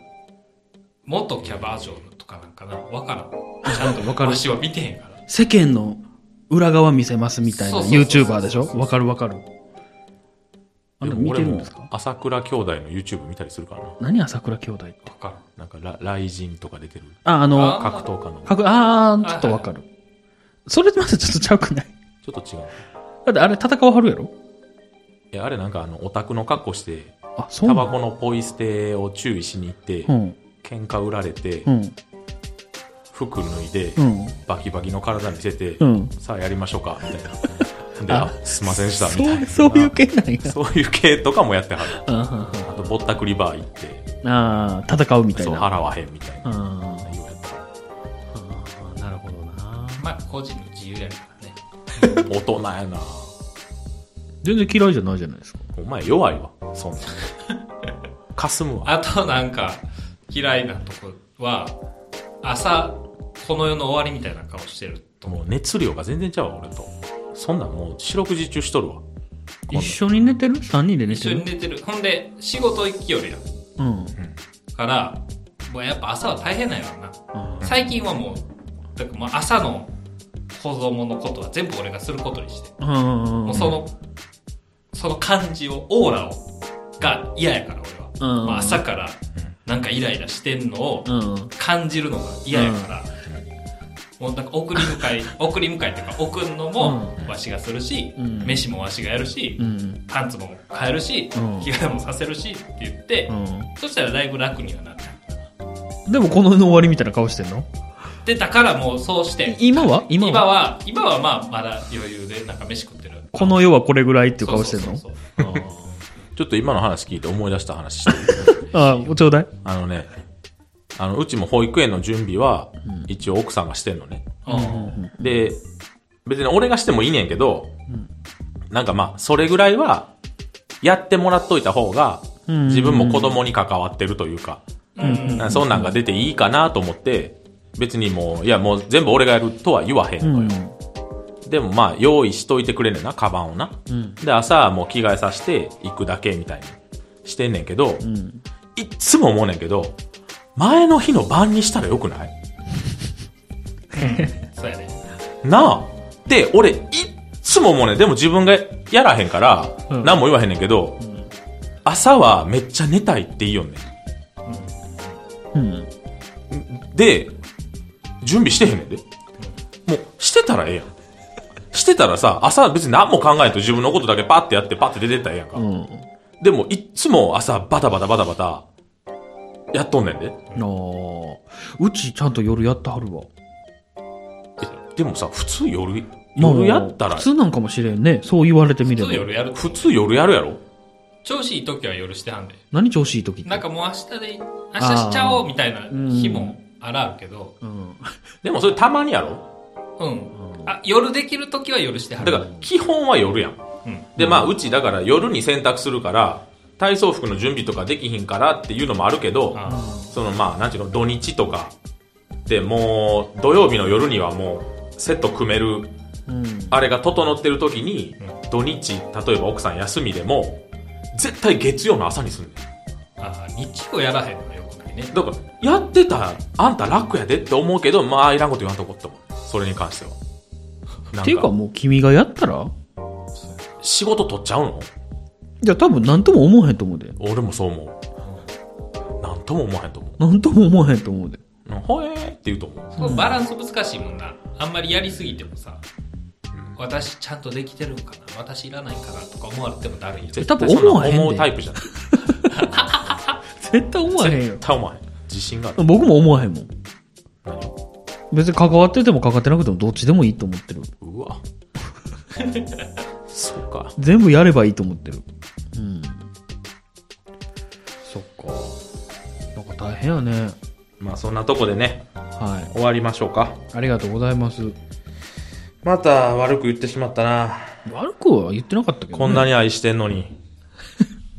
Speaker 1: 元キャバ嬢とかなんかな。 わからん。ちゃんと
Speaker 3: わかる
Speaker 1: 私は見てへんから。
Speaker 3: 世間の裏側見せますみたいな
Speaker 1: そうそうそうそう
Speaker 3: YouTuber でしょわかるわかるあん
Speaker 2: で
Speaker 3: た
Speaker 2: も
Speaker 3: 見て
Speaker 2: 俺
Speaker 3: るん
Speaker 2: も
Speaker 3: ですか
Speaker 2: 朝倉兄弟の YouTube 見たりするからな。
Speaker 3: 何朝倉兄弟って
Speaker 1: わか
Speaker 2: なんかラ、雷神とか出てる。
Speaker 3: ああの
Speaker 1: あ
Speaker 2: 格闘家の。
Speaker 3: かくあーちょっとわかるそれまずちょっとちゃうくない
Speaker 2: ちょっと違う。
Speaker 3: だってあれ戦わはるやろ
Speaker 2: いや、あれなんかあの、オタクの格好して、
Speaker 3: あそう
Speaker 2: タ
Speaker 3: な
Speaker 2: バ
Speaker 3: の
Speaker 2: コのポイ捨てを注意しに行って、
Speaker 3: うん
Speaker 2: 喧嘩売られて
Speaker 3: う、ん
Speaker 2: 服脱いで、
Speaker 3: うん
Speaker 2: バキバキの体見せて
Speaker 3: う、ん
Speaker 2: さあやりましょうか、みたいな。で、あすいませんでした、みたいな。
Speaker 3: そうそういう系なんや
Speaker 2: そういう系とかもやってはる。
Speaker 3: あー
Speaker 2: あと、ぼったくりバー行って、
Speaker 3: あー戦うみたい
Speaker 2: そう、
Speaker 3: なあ
Speaker 2: 払わへんみたいな。
Speaker 3: あ
Speaker 2: 内容やったか
Speaker 3: ーなるほどな
Speaker 1: る。まあ、個人の自由やからね。
Speaker 2: ら大人やな
Speaker 3: 全然嫌いじゃないじゃないですか
Speaker 2: お前弱いわ、そんなん。かすむわ。
Speaker 1: あとなんか嫌いなとこは朝この世の終わりみたいな顔してると思
Speaker 2: もう熱量が全然ちゃうわ、俺と。そんなんもう四六時中しとるわ。
Speaker 3: 一緒に寝てる ?3 人で
Speaker 1: う
Speaker 3: 寝て
Speaker 1: 一緒に
Speaker 3: る
Speaker 1: 寝てるほんで仕事行きよるやん
Speaker 3: うん
Speaker 1: からもうやっぱ朝は大変なんやろな。
Speaker 3: あー
Speaker 1: 最近はもう、だからもう朝の子供のことは全部俺がすることにして。
Speaker 3: うんうんうん
Speaker 1: もうその、その感じを、オーラを、が嫌やから俺は。
Speaker 3: うん
Speaker 1: まあ朝から、なんかイライラしてんのを
Speaker 3: うんうん
Speaker 1: 感じるのが嫌やから、もうなんか送り迎 え、送り迎えっていうか送るのもわしがするし、
Speaker 3: うん
Speaker 1: 飯もわしがやるし
Speaker 3: う、ん
Speaker 1: パンツも買えるし、
Speaker 3: うん
Speaker 1: 着替えもさせるしって言って、そしたらだいぶ楽にはなった。
Speaker 3: うんでもこの世の終わりみたいな顔してんの
Speaker 1: で、だからもうそうして、
Speaker 3: 今は今
Speaker 1: 今
Speaker 3: は
Speaker 1: は、今はまあまだ余裕でなんか飯食ってる。
Speaker 3: この世はこれぐらいっていう顔してん
Speaker 1: そう
Speaker 3: の
Speaker 1: そうそうそう
Speaker 2: ちょっと今の話聞いて思い出した話していい
Speaker 3: ああ、ちょうだい。
Speaker 2: あのね、あの、うちも保育園の準備は、一応奥さんがしてんのね。
Speaker 1: うん
Speaker 2: で、別に俺がしてもいいねんけど、なんかまあ、それぐらいは、やってもらっといた方が、
Speaker 3: うん
Speaker 2: 自分も子供に関わってるというか、
Speaker 1: うん
Speaker 2: なんかそんなんが出ていいかなと思って、別にもう、いやもう全部俺がやるとは言わへん
Speaker 3: う
Speaker 2: のよ。
Speaker 3: ん。
Speaker 2: でもまあ、用意しといてくれんねんな、カバンをな。
Speaker 3: うん。
Speaker 2: で、朝はもう着替えさせて行くだけみたいにしてんねんけど、
Speaker 3: うん。
Speaker 2: いっつも思うねんけど、前の日の晩にしたらよくない
Speaker 1: そうやね。
Speaker 2: なあで、俺、いっつも思うねん。でも自分がやらへんから、
Speaker 3: うん
Speaker 2: 何も言わへんねんけど、朝はめっちゃ寝たいって言いよんね
Speaker 3: うん。
Speaker 2: ん。で、準備してへんねんで。もう、してたらええやん。してたらさ、朝別に何も考えんと自分のことだけパッてやってパッて出てったらええやんか。
Speaker 3: うん。
Speaker 2: でも、いっつも朝バタバタバタバタ、やっとんねんで。
Speaker 3: あーうちちゃんと夜やってはるわ。
Speaker 2: えでもさ、普通夜、夜やったら
Speaker 3: 普、通なんかもしれんね。そう言われてみれ
Speaker 1: 普
Speaker 3: ば
Speaker 1: 通。夜やる。
Speaker 2: 普通夜やるやろ
Speaker 1: 調子いい時は夜してはんで。
Speaker 3: 何調子いい時って。
Speaker 1: なんかもう明日でいい、明日しちゃおうみたいな日もあらあるけど、
Speaker 3: うん。
Speaker 2: でもそれたまにやろ
Speaker 1: うん。あ、夜できる時は夜しては
Speaker 2: だ
Speaker 1: る。
Speaker 2: から、基本は夜やん。
Speaker 1: うん。
Speaker 2: で、まあ、うちだから夜に洗濯するから、体操服の準備とかできひんからっていうのもあるけど、
Speaker 1: あ
Speaker 2: そのまあ、なんていうの、土日とか、で、もう、土曜日の夜にはもう、セット組める、
Speaker 3: うん。
Speaker 2: あれが整ってる時に
Speaker 1: う、
Speaker 2: 土日、例えば奥さん休みでも、絶対月曜の朝にすんねん。
Speaker 1: あ、日曜やらへんのはよくないね。
Speaker 2: だから、やってたら、あんた楽やでって思うけど、まあ、いらんこと言わんとこって思う。それに関しては。なん
Speaker 3: っていうかもう君がやったら
Speaker 2: 仕事取っちゃうの
Speaker 3: いや多分何とも思わへんと思うで。
Speaker 2: 俺もそう思う。なんとも思わへんと思う。
Speaker 3: 何とも思わへんと思うで。
Speaker 2: うんほえーって言うと思う。
Speaker 1: そこバランス難しいもんな。あんまりやりすぎてもさ、私ちゃんとできてるんかな私いらないんかなとか思われてもだるいよね。
Speaker 2: 絶
Speaker 3: 多
Speaker 2: 対
Speaker 3: 分
Speaker 2: そんなん
Speaker 3: 思わへんで
Speaker 2: 思うタイプじゃない。
Speaker 3: 絶対思わへんよ
Speaker 2: 絶。対思わへん。自信がある。
Speaker 3: 僕も思わへんもん。
Speaker 2: 何
Speaker 3: 別に関わってても関わってなくてもどっちでもいいと思ってる。
Speaker 2: うわ。 そうか。
Speaker 3: 全部やればいいと思ってる。うん。そっか。なんか大変やね。
Speaker 2: まあそんなとこでね、
Speaker 3: は
Speaker 2: 終わりましょうか。
Speaker 3: い。ありがとうございます。
Speaker 2: また悪く言ってしまったな。
Speaker 3: 悪くは言ってなかったけど、ね。
Speaker 2: こんなに愛してんのに。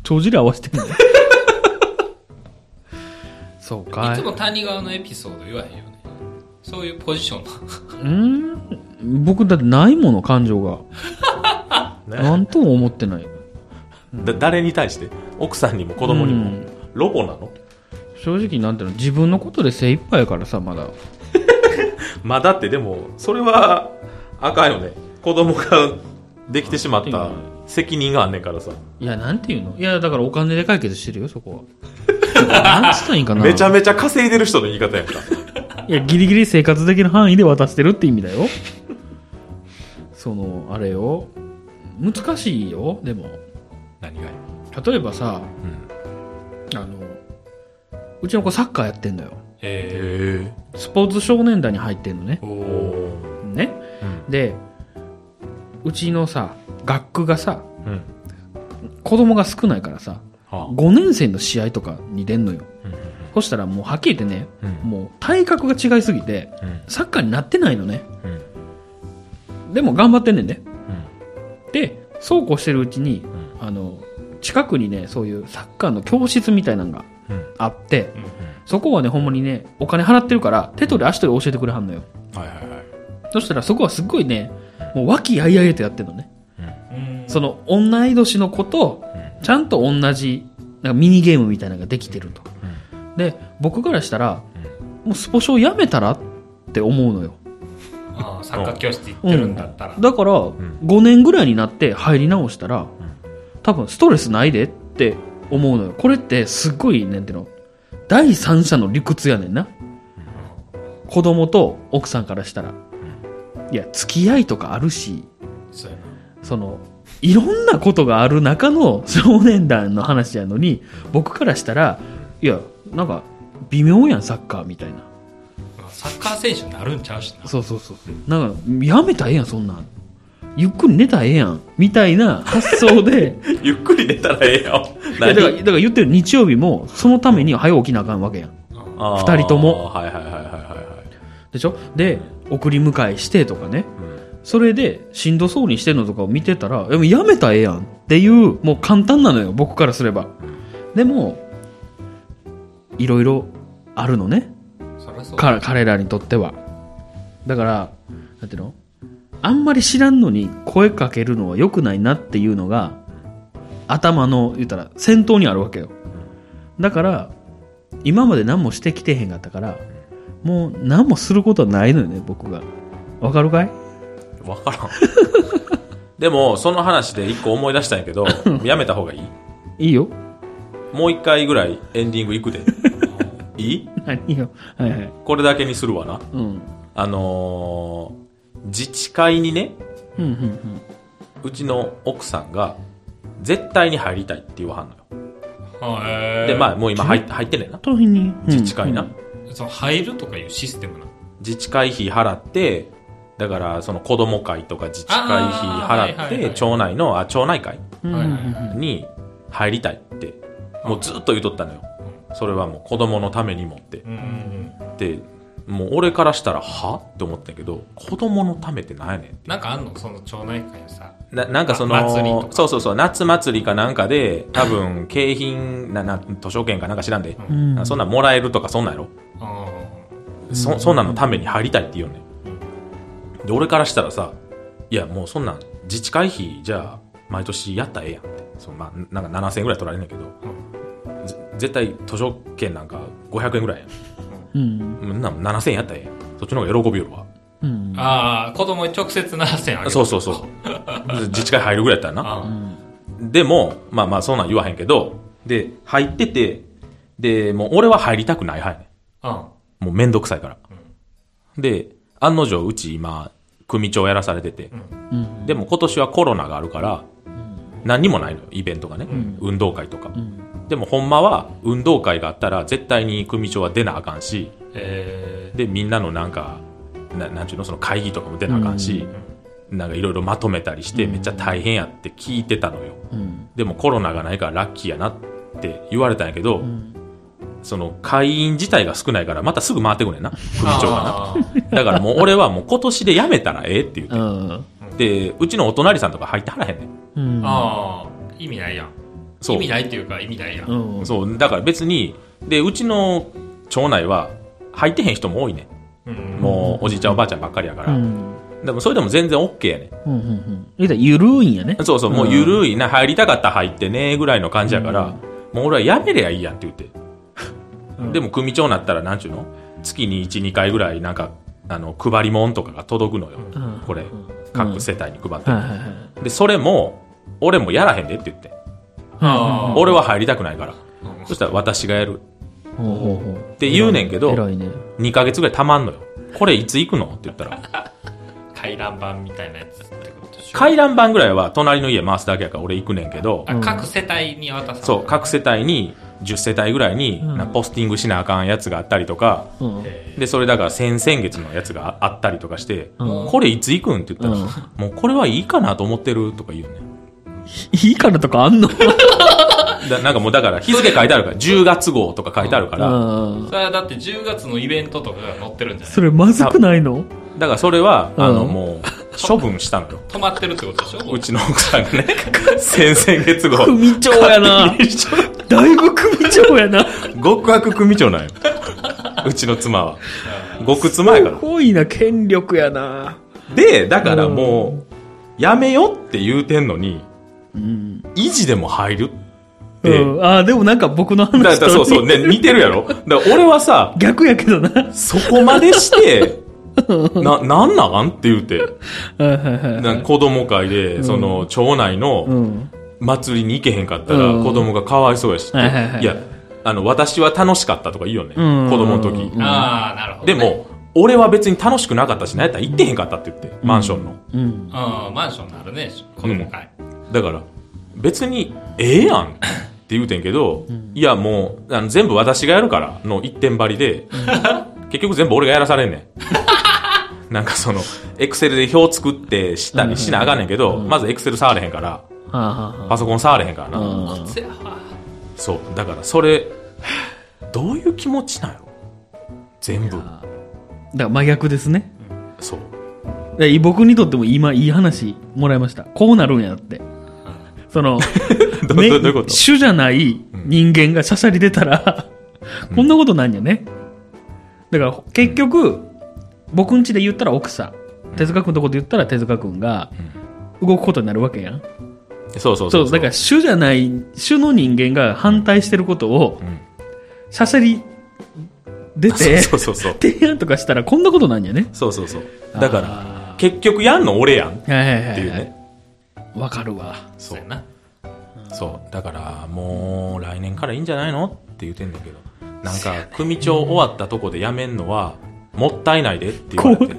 Speaker 3: 帳尻合わせてんの そうか
Speaker 1: いつも谷川のエピソード言わへんよね。そういうポジションの。
Speaker 3: うん。僕だってないもの、感情が。な
Speaker 2: ね、
Speaker 3: んとも思ってない。
Speaker 2: だ誰に対して奥さんにも子供に
Speaker 3: う
Speaker 2: も
Speaker 3: ん。
Speaker 2: ロボなの
Speaker 3: 正直なんていうの、自分のことで精一杯やからさ、まだ。
Speaker 2: まあだってでも、それは、あかんよね。子供ができてしまった責任があんねんからさ。
Speaker 3: いや、なんていうのいや、だからお金で解決してるよ、そこ は。なんつったらいいんかな。
Speaker 2: めちゃめちゃ稼いでる人の言い方やんか。
Speaker 3: いや、ギリギリ生活できる範囲で渡してるって意味だよ。その、あれよ。難しいよ、でも。
Speaker 2: 何がや
Speaker 3: 例えば
Speaker 2: ん
Speaker 3: さ、あの、うちの子サッカーやってんのよ。
Speaker 1: え
Speaker 2: へえ。
Speaker 3: スポーツ少年団に入ってんのね。
Speaker 1: ー、
Speaker 2: お
Speaker 1: お
Speaker 2: ー。
Speaker 3: ね。
Speaker 2: うん
Speaker 3: で、うちのさ、学区がさ、
Speaker 2: うん。
Speaker 3: 子供が少ないからさ、
Speaker 2: は
Speaker 3: 5年生の試合とかに出んのよ。
Speaker 2: あ。うん。
Speaker 3: そしたらもうはっきり言ってね、
Speaker 2: うん
Speaker 3: もう体格が違いすぎて、
Speaker 2: うん
Speaker 3: サッカーになってないのね。
Speaker 2: うん。
Speaker 3: でも頑張ってんねんね。
Speaker 2: うん。
Speaker 3: でそうこうしてるうちに、
Speaker 2: ん
Speaker 3: あの近くにねそういうサッカーの教室みたいなのが
Speaker 2: うん。
Speaker 3: あって、
Speaker 1: うん
Speaker 3: そこはねほんまにねお金払ってるから手取り足取り教えてくれはんのよ
Speaker 2: はいはいはい。
Speaker 3: そしたらそこはすっごいねもう和気あいあいとやってるのね、
Speaker 1: うん
Speaker 3: その同い年の子と
Speaker 2: う
Speaker 3: ちゃんと同じなんかミニゲームみたいなのができてると、で僕からしたらもうスポ少やめたらって思うのよ
Speaker 1: ああサッカー教室行ってるんだったら、
Speaker 3: だから
Speaker 2: ん
Speaker 3: 5年ぐらいになって入り直したら多分ストレスないでって思うのよこれってすっごいなんていうの第三者の理屈やねんな子供と奥さんからしたらいや付き合いとかあるし
Speaker 1: そうやな
Speaker 3: そのいろんなことがある中の少年団の話やのに僕からしたらいやなんか微妙やんサッカーみたいな
Speaker 1: まあサッカー選手になるんちゃうしな
Speaker 3: そうそうそうなんかやめたらええやんそんなんゆっくり寝たらええやんみたいな発想で
Speaker 2: ゆっくり寝たらええよ。
Speaker 3: いやだからだから言ってる日曜日もそのために早起きなあかんわけやん
Speaker 2: あー
Speaker 3: 二人とも
Speaker 2: はいはいはいはいはい
Speaker 3: でしょで送り迎えしてとかね
Speaker 2: うん
Speaker 3: それでしんどそうにしてんのとかを見てたらでもやめたらええやんっていうもう簡単なのよ僕からすればでもいろいろあるのね
Speaker 1: そりゃそう
Speaker 3: か彼らにとってはだからなんていうのあんまり知らんのに声かけるのは良くないなっていうのが頭の言ったら先頭にあるわけよだから今まで何もしてきてへんかったからもう何もすることはないのよね僕がわかるかい
Speaker 2: わからんでもその話で一個思い出したんやけ どやめた方がいい
Speaker 3: いいよ
Speaker 2: もう一回ぐらいエンディングいく でいい
Speaker 3: 何よはいはい
Speaker 2: これだけにするわな
Speaker 3: うん
Speaker 2: あのー自治会にね
Speaker 3: うんうん
Speaker 2: うちの奥さんが絶対に入りたいって言わはんのよ
Speaker 1: あへえ
Speaker 2: でまあもう今入っ入ってんねんな
Speaker 3: 当に
Speaker 2: 自治会な、
Speaker 1: その入るとかいうシステムな
Speaker 2: 自治会費払ってだからその子供会とか自治会費
Speaker 1: あーは
Speaker 2: 払っ
Speaker 1: いはい
Speaker 2: て
Speaker 1: はい
Speaker 2: 町内のあ町内会
Speaker 3: うん
Speaker 1: はいはい
Speaker 2: に入りたいってもうずっと言うとったのよそれはもう子供のためにもって
Speaker 1: うんうん
Speaker 2: でもう俺からしたらはって思ったんやけど子供のためってなんやねんって
Speaker 1: なんかあんのその町内会のさ
Speaker 2: ななんかその
Speaker 1: あ祭りとか
Speaker 2: そうそうそう夏祭りかなんかで多分景品なな図書券かなんか知らんで、
Speaker 3: うん
Speaker 2: そんなんもらえるとかそんなんやろ
Speaker 1: あ
Speaker 2: そそんなんのために入りたいって言うねんで俺からしたらさいやもうそんなん自治会費じゃあ毎年やったらええやんってそのまあなんか7000円ぐらい取られんねんけど、ぜ絶対図書券なんか500円ぐらいや
Speaker 3: うん
Speaker 2: んうんなん7000円やったらええやんそっちの方が喜びよるわ
Speaker 3: うん
Speaker 1: あー子供に直接ならせんあげる
Speaker 2: そうそうそう 自治会入るぐらいやったらな
Speaker 1: あー
Speaker 2: でもまあまあそんなん言わへんけどで入っててでもう俺は入りたくない派やねん
Speaker 1: あ
Speaker 2: もうめんどくさいから。で、案の定、うち今、組長やらされてて、
Speaker 3: うん
Speaker 2: でも今年はコロナがあるから、何にもないのよ、イベントがね。運動会とか。でもほんまは、運動会があったら、絶対に組長は出なあかんし、
Speaker 1: え
Speaker 2: で、みんなのなんか、ななんちゅうの、その会議とかも出なあかんし、なんかいろいろまとめたりして、めっちゃ大変やって聞いてたのよ。
Speaker 3: うん
Speaker 2: でもコロナがないからラッキーやなって言われたんやけど、その会員自体が少ないからまたすぐ回ってくんねんな組長が
Speaker 1: あー
Speaker 2: なだからもう俺はもう今年で辞めたらええって言って、でうちのお隣さんとか入ってはらへんねん
Speaker 3: うん
Speaker 1: あー意味ないやん
Speaker 2: そう
Speaker 1: 意味ないっていうか意味ないやん、
Speaker 3: うん
Speaker 2: そうだから別にでうちの町内は入ってへん人も多いね
Speaker 1: うん
Speaker 2: んもうおじいちゃんおばあちゃんばっかりやから、
Speaker 3: うん
Speaker 2: でもそれでも全然 OK やねん
Speaker 3: うんうんうん。言うたら緩いんやね。
Speaker 2: そうそうもうゆるいな入りたかったら入ってねぐらいの感じやから、もう俺は辞めりゃいいやんって言ってでも組長になったらなんちゅうの月に12回ぐらいなんかあの配り物とかが届くのよ、
Speaker 3: うん
Speaker 2: これ各世帯に配って、
Speaker 3: はいはいはい。
Speaker 2: でそれも俺もやらへんでって言って、
Speaker 1: あー
Speaker 2: 俺は入りたくないから、
Speaker 1: うん
Speaker 2: そしたら私がやる
Speaker 3: ほうほうほう。
Speaker 2: って言うねんけど
Speaker 3: 偉いね。
Speaker 2: 2ヶ月ぐらいたまんのよこれいつ行くのって言ったら
Speaker 1: 回覧板みたいなやつってことでしょ
Speaker 2: 回覧板ぐらいは隣の家回すだけやから俺行くねんけど、
Speaker 1: あ各世帯に渡す
Speaker 2: そう各世帯に10世帯ぐらいに
Speaker 3: ん
Speaker 2: なんかポスティングしなあかんやつがあったりとか、
Speaker 3: うん。
Speaker 2: でそれだから先々月のやつがああったりとかして、
Speaker 3: うん
Speaker 2: これいつ行くんって言ったら、
Speaker 3: うん
Speaker 2: もうこれはいいかなと思ってるとか言うね
Speaker 3: いいからとかあんの
Speaker 2: だなんかもうだから日付書いてあるから10月号とか書いてあるから、
Speaker 3: うん。
Speaker 1: それはだって10月のイベントとかが載ってるんじゃない
Speaker 3: それまずくないの
Speaker 2: だからそれは、あの
Speaker 3: うん
Speaker 2: もう処分したのよ
Speaker 1: 止まってるってことでしょ
Speaker 2: うちの奥さんがね先々月号
Speaker 3: 組長やな。だいぶ組長やな。す
Speaker 2: 極悪組長なんようちの妻は極妻やから
Speaker 3: ごいな、権力やな。
Speaker 2: でだからもうやめよって言うてんのに
Speaker 3: うん。
Speaker 2: 維持でも入るて、
Speaker 3: うん、ああ、でもなんか僕の
Speaker 2: だ
Speaker 3: 話
Speaker 2: から
Speaker 3: と
Speaker 2: そうそう、ね、似てるやろだから俺はさ、
Speaker 3: 逆やけ どな。は
Speaker 2: そこまでして、な、なんなんって言うて、
Speaker 3: いはいはいはい。
Speaker 2: なんか子供会で、その、町内
Speaker 3: う
Speaker 2: の
Speaker 3: ん。
Speaker 2: 祭りに行けへんかったら、
Speaker 3: うん
Speaker 2: 子供がかわいそうやしって、
Speaker 3: はいはいはい
Speaker 2: や、あの、私は楽しかったとか言うよね、
Speaker 3: うん
Speaker 2: 子供の時。
Speaker 3: うん
Speaker 1: ああ、なるほど、
Speaker 2: で、も、俺は別に楽しくなかったし、なんやったら行ってへんかったって言って、マンションの。
Speaker 3: うん。
Speaker 1: うん、マンションのあるね、子供会。
Speaker 2: だから、別に、ええやんって言うてんけど、いやもう、あの全部私がやるからの一点張りで、結局全部俺がやらされんねん。 なんかその、エクセルで表作ってしたりしなあかんねんけど、まずエクセル触れへんから、
Speaker 3: はあは
Speaker 2: パソコン触れへんから
Speaker 3: あ
Speaker 2: な。
Speaker 3: はあ。
Speaker 1: せやわ
Speaker 2: そう。だからそれ、どういう気持ちなんやろ全部。
Speaker 3: だから真逆ですね。
Speaker 2: そう。
Speaker 3: で僕にとっても今いい話もらいました。こうなるんやって。その、
Speaker 2: どどどう
Speaker 3: め
Speaker 2: いうこと
Speaker 3: 主じゃない人間がしゃしゃり出たら、こんなことないんやね。だから結局、僕ん家で言ったら奥さん、手塚君のとこで言ったら手塚君が動くことになるわけやん。
Speaker 2: そうそう
Speaker 3: そう、だから主じゃない、主の人間が反対してることを
Speaker 2: ん、
Speaker 3: しゃしゃり出て、
Speaker 2: そうそうそう。
Speaker 3: 提案とかしたらこんなことなんやね。
Speaker 2: そうそうそう。だから、結局やんの俺やんっ
Speaker 3: はいはいは
Speaker 2: てい
Speaker 3: いうはい。
Speaker 2: ね。
Speaker 3: わかるわ。
Speaker 1: そうやな。
Speaker 2: そう。だから、もう、来年からいいんじゃないのって言うてんだけど。なんか、組長終わったとこで辞めんのは、もったいないでって言われて。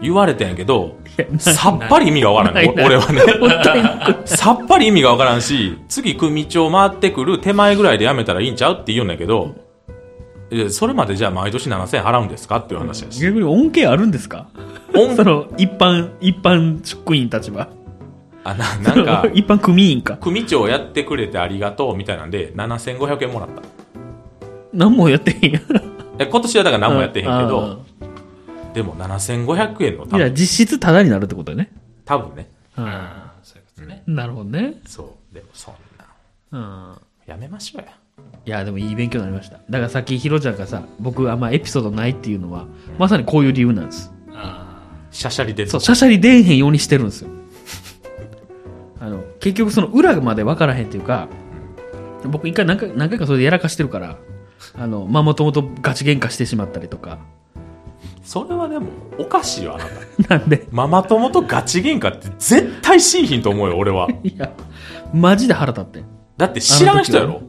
Speaker 2: 言われてんやけど、さっぱり意味がわからん
Speaker 3: ないない
Speaker 2: 俺はね。さっぱり意味がわからんし、次組長回ってくる手前ぐらいで辞めたらいいんちゃうって言うんだけど、いやそれまでじゃあ毎年7000円払うんですかっていう話やし。
Speaker 3: 逆に恩恵あるんですか
Speaker 2: おん
Speaker 3: その一般、一般職員たちは。
Speaker 2: あななんか
Speaker 3: 、一般組員か。
Speaker 2: 組長やってくれてありがとうみたいなんで、7500円もらった。
Speaker 3: 何もやってへんやん。
Speaker 2: え今年はだから何もやってへんけど、
Speaker 3: あ
Speaker 2: でも7500円の
Speaker 3: あ。
Speaker 2: 多
Speaker 3: いや、
Speaker 2: 分
Speaker 3: 実質タダになるってことよね。
Speaker 2: 多分ね。
Speaker 3: うん
Speaker 1: ああ、そういうことね。
Speaker 3: なるほどね。
Speaker 2: そう。でもそんな。
Speaker 3: うん。
Speaker 2: やめましょうや。
Speaker 3: いや、でもいい勉強になりました。だからさっきひろちゃんがさ、僕あんまエピソードないっていうのは、まさにこういう理由なんです。
Speaker 1: あ
Speaker 2: シャシャリ出る
Speaker 3: そう、シャシャリ出えへんようにしてるんですよ。あの、結局その裏まで分からへんっていうか、僕一回何回何回かそれでやらかしてるから、あの、まあもともとガチ喧嘩してしまったりとか、
Speaker 2: それはでも、おかしいよ、あなた。
Speaker 3: なんで、
Speaker 2: ママ友とガチ喧嘩って絶対しんひんと思うよ、 俺は。
Speaker 3: いや、マジで腹立ってん。
Speaker 2: だって知らん人やろ。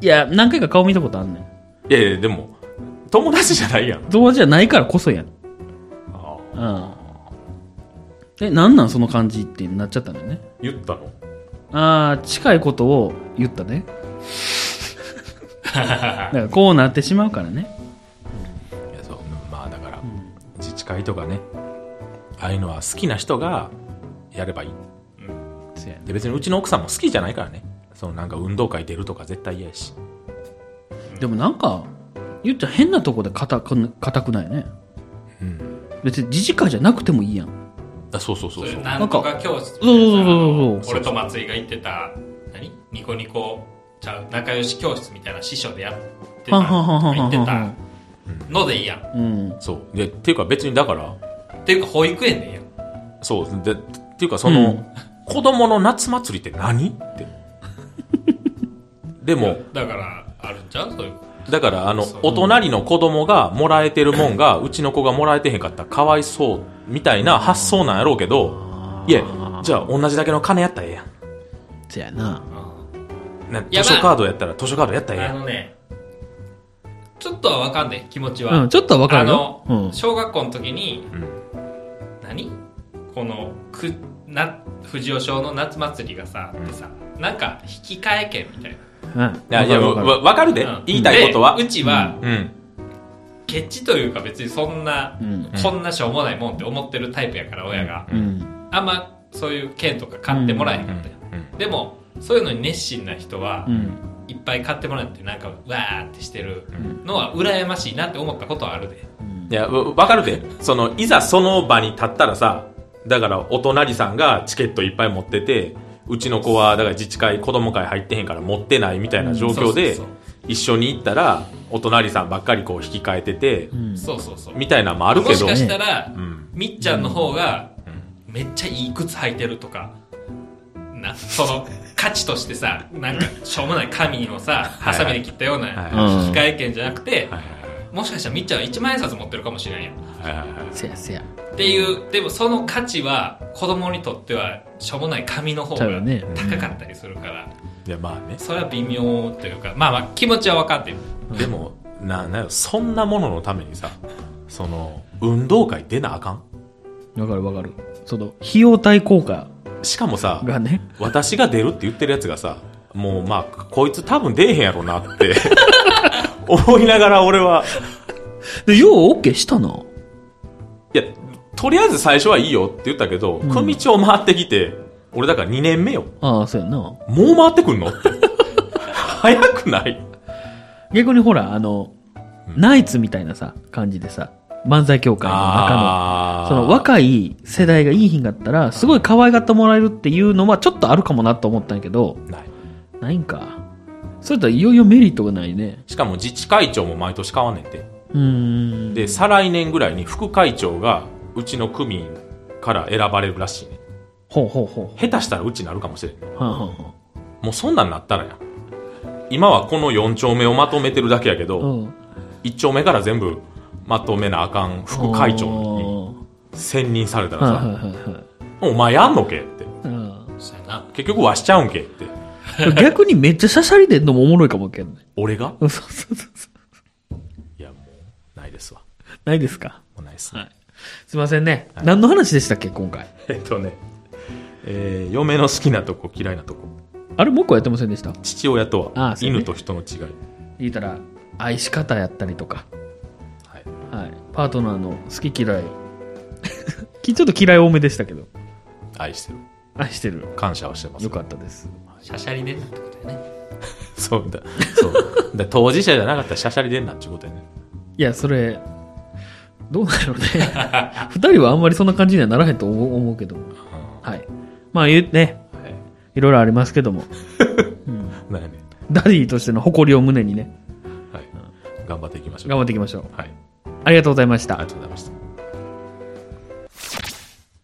Speaker 3: いや、何回か顔見たことあんねん。
Speaker 2: いやいや、でも、友達じゃないやん。
Speaker 3: 友達じゃないからこそやん。
Speaker 2: ああ
Speaker 3: うん。え、なんなんその感じってなっちゃったんだよね。
Speaker 2: 言ったの
Speaker 3: ああ、近いことを言ったね。だからこうなってしまうからね。
Speaker 2: いやそうまあだから、自治会とかねああいうのは好きな人がやればいい
Speaker 3: せやね
Speaker 2: で別にうちの奥さんも好きじゃないからねそのなんか運動会出るとか絶対嫌やし
Speaker 3: でもなんか、ゆっちゃん変なとこで硬く硬くないね。
Speaker 2: うん
Speaker 3: 別に自治会じゃなくてもいいやん。
Speaker 2: あそうそうそ
Speaker 1: あ。そうれ
Speaker 2: そう
Speaker 1: なんとか教室みたいなさ
Speaker 3: そうそうそうそうそう
Speaker 1: 俺と松井が行ってた、何ニコニコ、ちゃう、仲良し教室みたいな師匠でやってた。
Speaker 3: はんはんはんはんは
Speaker 1: 行
Speaker 3: ん
Speaker 1: って
Speaker 3: はん
Speaker 1: たのでいいやん。
Speaker 3: うん。
Speaker 2: そうでっていうか別にだから
Speaker 1: っていうか、保育園でいいやん。
Speaker 2: そうでっていうかその、
Speaker 3: うん
Speaker 2: 子供の夏祭りって何ってでも
Speaker 1: だから、あるんちゃうそういう。
Speaker 2: だからあの
Speaker 1: そう
Speaker 2: お隣の子供がもらえてるもん がうちの子がもらえてへんかったらかわいそうみたいな発想なんやろうけどいやじゃあ同じだけの金やったらええやん
Speaker 3: せやな。
Speaker 2: ね、
Speaker 1: やばい
Speaker 2: 図書カードやったら図書カードやったらええ
Speaker 1: あ
Speaker 2: やん
Speaker 1: のね、ちょっとはわかんね気持ちは。
Speaker 3: うん、ちょっとはわか
Speaker 1: あ
Speaker 3: るよ
Speaker 1: の。、
Speaker 3: うん。
Speaker 1: 小学校の時に、
Speaker 2: うん
Speaker 1: 何このくな藤尾賞の夏祭りがさ、ってさなんか引き換え券みたい
Speaker 2: いやいや、
Speaker 3: わかるわか
Speaker 2: わわかるで
Speaker 1: な、うん、
Speaker 2: 言いたいことは
Speaker 1: で。うちは、
Speaker 2: うん。
Speaker 1: ケチというか別にそんな、
Speaker 3: うん
Speaker 1: こんなしょうもないもんって思ってるタイプやから親が、
Speaker 3: る。うん。
Speaker 1: あんまそういう券とか買ってもらえへんかったよ、でもそういうのに熱心な人は、
Speaker 3: うん。
Speaker 1: いっぱい買ってもらってなんかわーってしてるのは羨ましいなって思ったことはあるで、
Speaker 2: いや、わわかるで。その、いざその場に立ったらさ、だから、お隣さんがチケットいっぱい持ってて、うちの子は、だから自治会、子供会入ってへんから持ってないみたいな状況
Speaker 1: うん
Speaker 2: で
Speaker 1: そうそう、
Speaker 2: 一緒に行ったら、お隣さんばっかりこう引き換えてて、
Speaker 3: うん。
Speaker 1: そうそうそう
Speaker 2: みたいなのもあるけ
Speaker 1: もし
Speaker 2: ど、
Speaker 1: かしたら、
Speaker 2: うん。
Speaker 1: みっちゃんの方がめっちゃいい靴履いてるとかなその価値としてさなんかしょうもない紙をさハサミで切ったような
Speaker 2: はい
Speaker 3: はい
Speaker 1: 引換券じゃなくて、
Speaker 2: はい
Speaker 1: もしかしたらみっちゃんは1万円札持ってるかもしれんやんっ
Speaker 2: はいはいはいはい
Speaker 3: せやせや。
Speaker 1: ていうでもその価値は子供にとってはしょうもない紙の方
Speaker 3: そう
Speaker 1: が
Speaker 3: よね
Speaker 1: 高かったりするから、
Speaker 2: いやまあね
Speaker 1: それは微妙というかまあまあ気持ちは分かってる
Speaker 2: でもななんやろそんなもののためにさその運動会出なあかん
Speaker 3: わかるわかる。その、費用対効果
Speaker 2: しかもさ
Speaker 3: がね、
Speaker 2: 私が出るって言ってるやつがさもうまあこいつ多分出えへんやろなって 思いながら俺は
Speaker 3: で、よう OK したな。
Speaker 2: いやとりあえず最初はいいよって言ったけど、
Speaker 3: ん
Speaker 2: 組長回ってきて俺だから2年目よ
Speaker 3: ああ、そうやな。
Speaker 2: もう回ってくんのって 早くない
Speaker 3: 逆にほら、あの、ナイツみたいなさ、感じでさ、漫才協会の中の、
Speaker 2: あー
Speaker 3: その若い世代がいい品があったら、すごい可愛がってもらえるっていうのはちょっとあるかもなと思ったんやけど、
Speaker 2: ない
Speaker 3: ないんか。それとはいよいよメリットがないね。
Speaker 2: しかも自治会長も毎年変わんねんて
Speaker 3: うーん。
Speaker 2: で再来年ぐらいに副会長がうちの組から選ばれるらしいね
Speaker 3: ほうほうほ
Speaker 2: 下手したらうちになるかもしれん
Speaker 3: う。はんはんはん。
Speaker 2: もうそんなんなったらや今はこの4丁目をまとめてるだけやけど、
Speaker 3: うん。
Speaker 2: 1丁目から全部まとめなあかん副会長に選任されたら
Speaker 3: はいはい
Speaker 2: さ
Speaker 3: はいはい
Speaker 2: 「お前やんのけ?」って
Speaker 3: うん
Speaker 1: そうやな
Speaker 2: 「結局わしちゃうんけ?」って
Speaker 3: 逆にめっちゃシャシャリでんのもおもろい かもけんね。
Speaker 2: 俺が
Speaker 3: そうそうそうそう。
Speaker 2: いやもうないですわ
Speaker 3: ないですか
Speaker 2: もうないですね、
Speaker 3: い。すいませんね。何の話でしたっけ、今回。
Speaker 2: えっとねえー嫁の好きなとこ嫌いなとこ
Speaker 3: あれ、もう一個やってませんでした
Speaker 2: 父親と
Speaker 3: あ
Speaker 2: は
Speaker 3: ーそうね
Speaker 2: 犬と人の違い、
Speaker 3: 言うたら、愛し方やったりとか、
Speaker 2: はい、
Speaker 3: はい。パートナーの好き嫌い。 きちょっと嫌い多めでしたけど、
Speaker 2: 愛してる
Speaker 3: 愛してる。
Speaker 2: 感謝はしてます
Speaker 3: よかったです。
Speaker 1: シャシャリ出たってことやね
Speaker 2: そうだそうだ当事者じゃなかったらしゃしゃり出んなっちゅうことやね
Speaker 3: いや、それ、どうなのね。 二人はあんまりそんな感じにはならへんと思う思うけども。はい。まあ、言うね、
Speaker 2: はい
Speaker 3: いろいろありますけども、
Speaker 2: なんやね
Speaker 3: ダディとしての誇りを胸にね、
Speaker 2: はい、頑張っていきましょう
Speaker 3: 頑張っていきましょう。
Speaker 2: はい
Speaker 3: ありがとうございました
Speaker 2: ありが。とうございました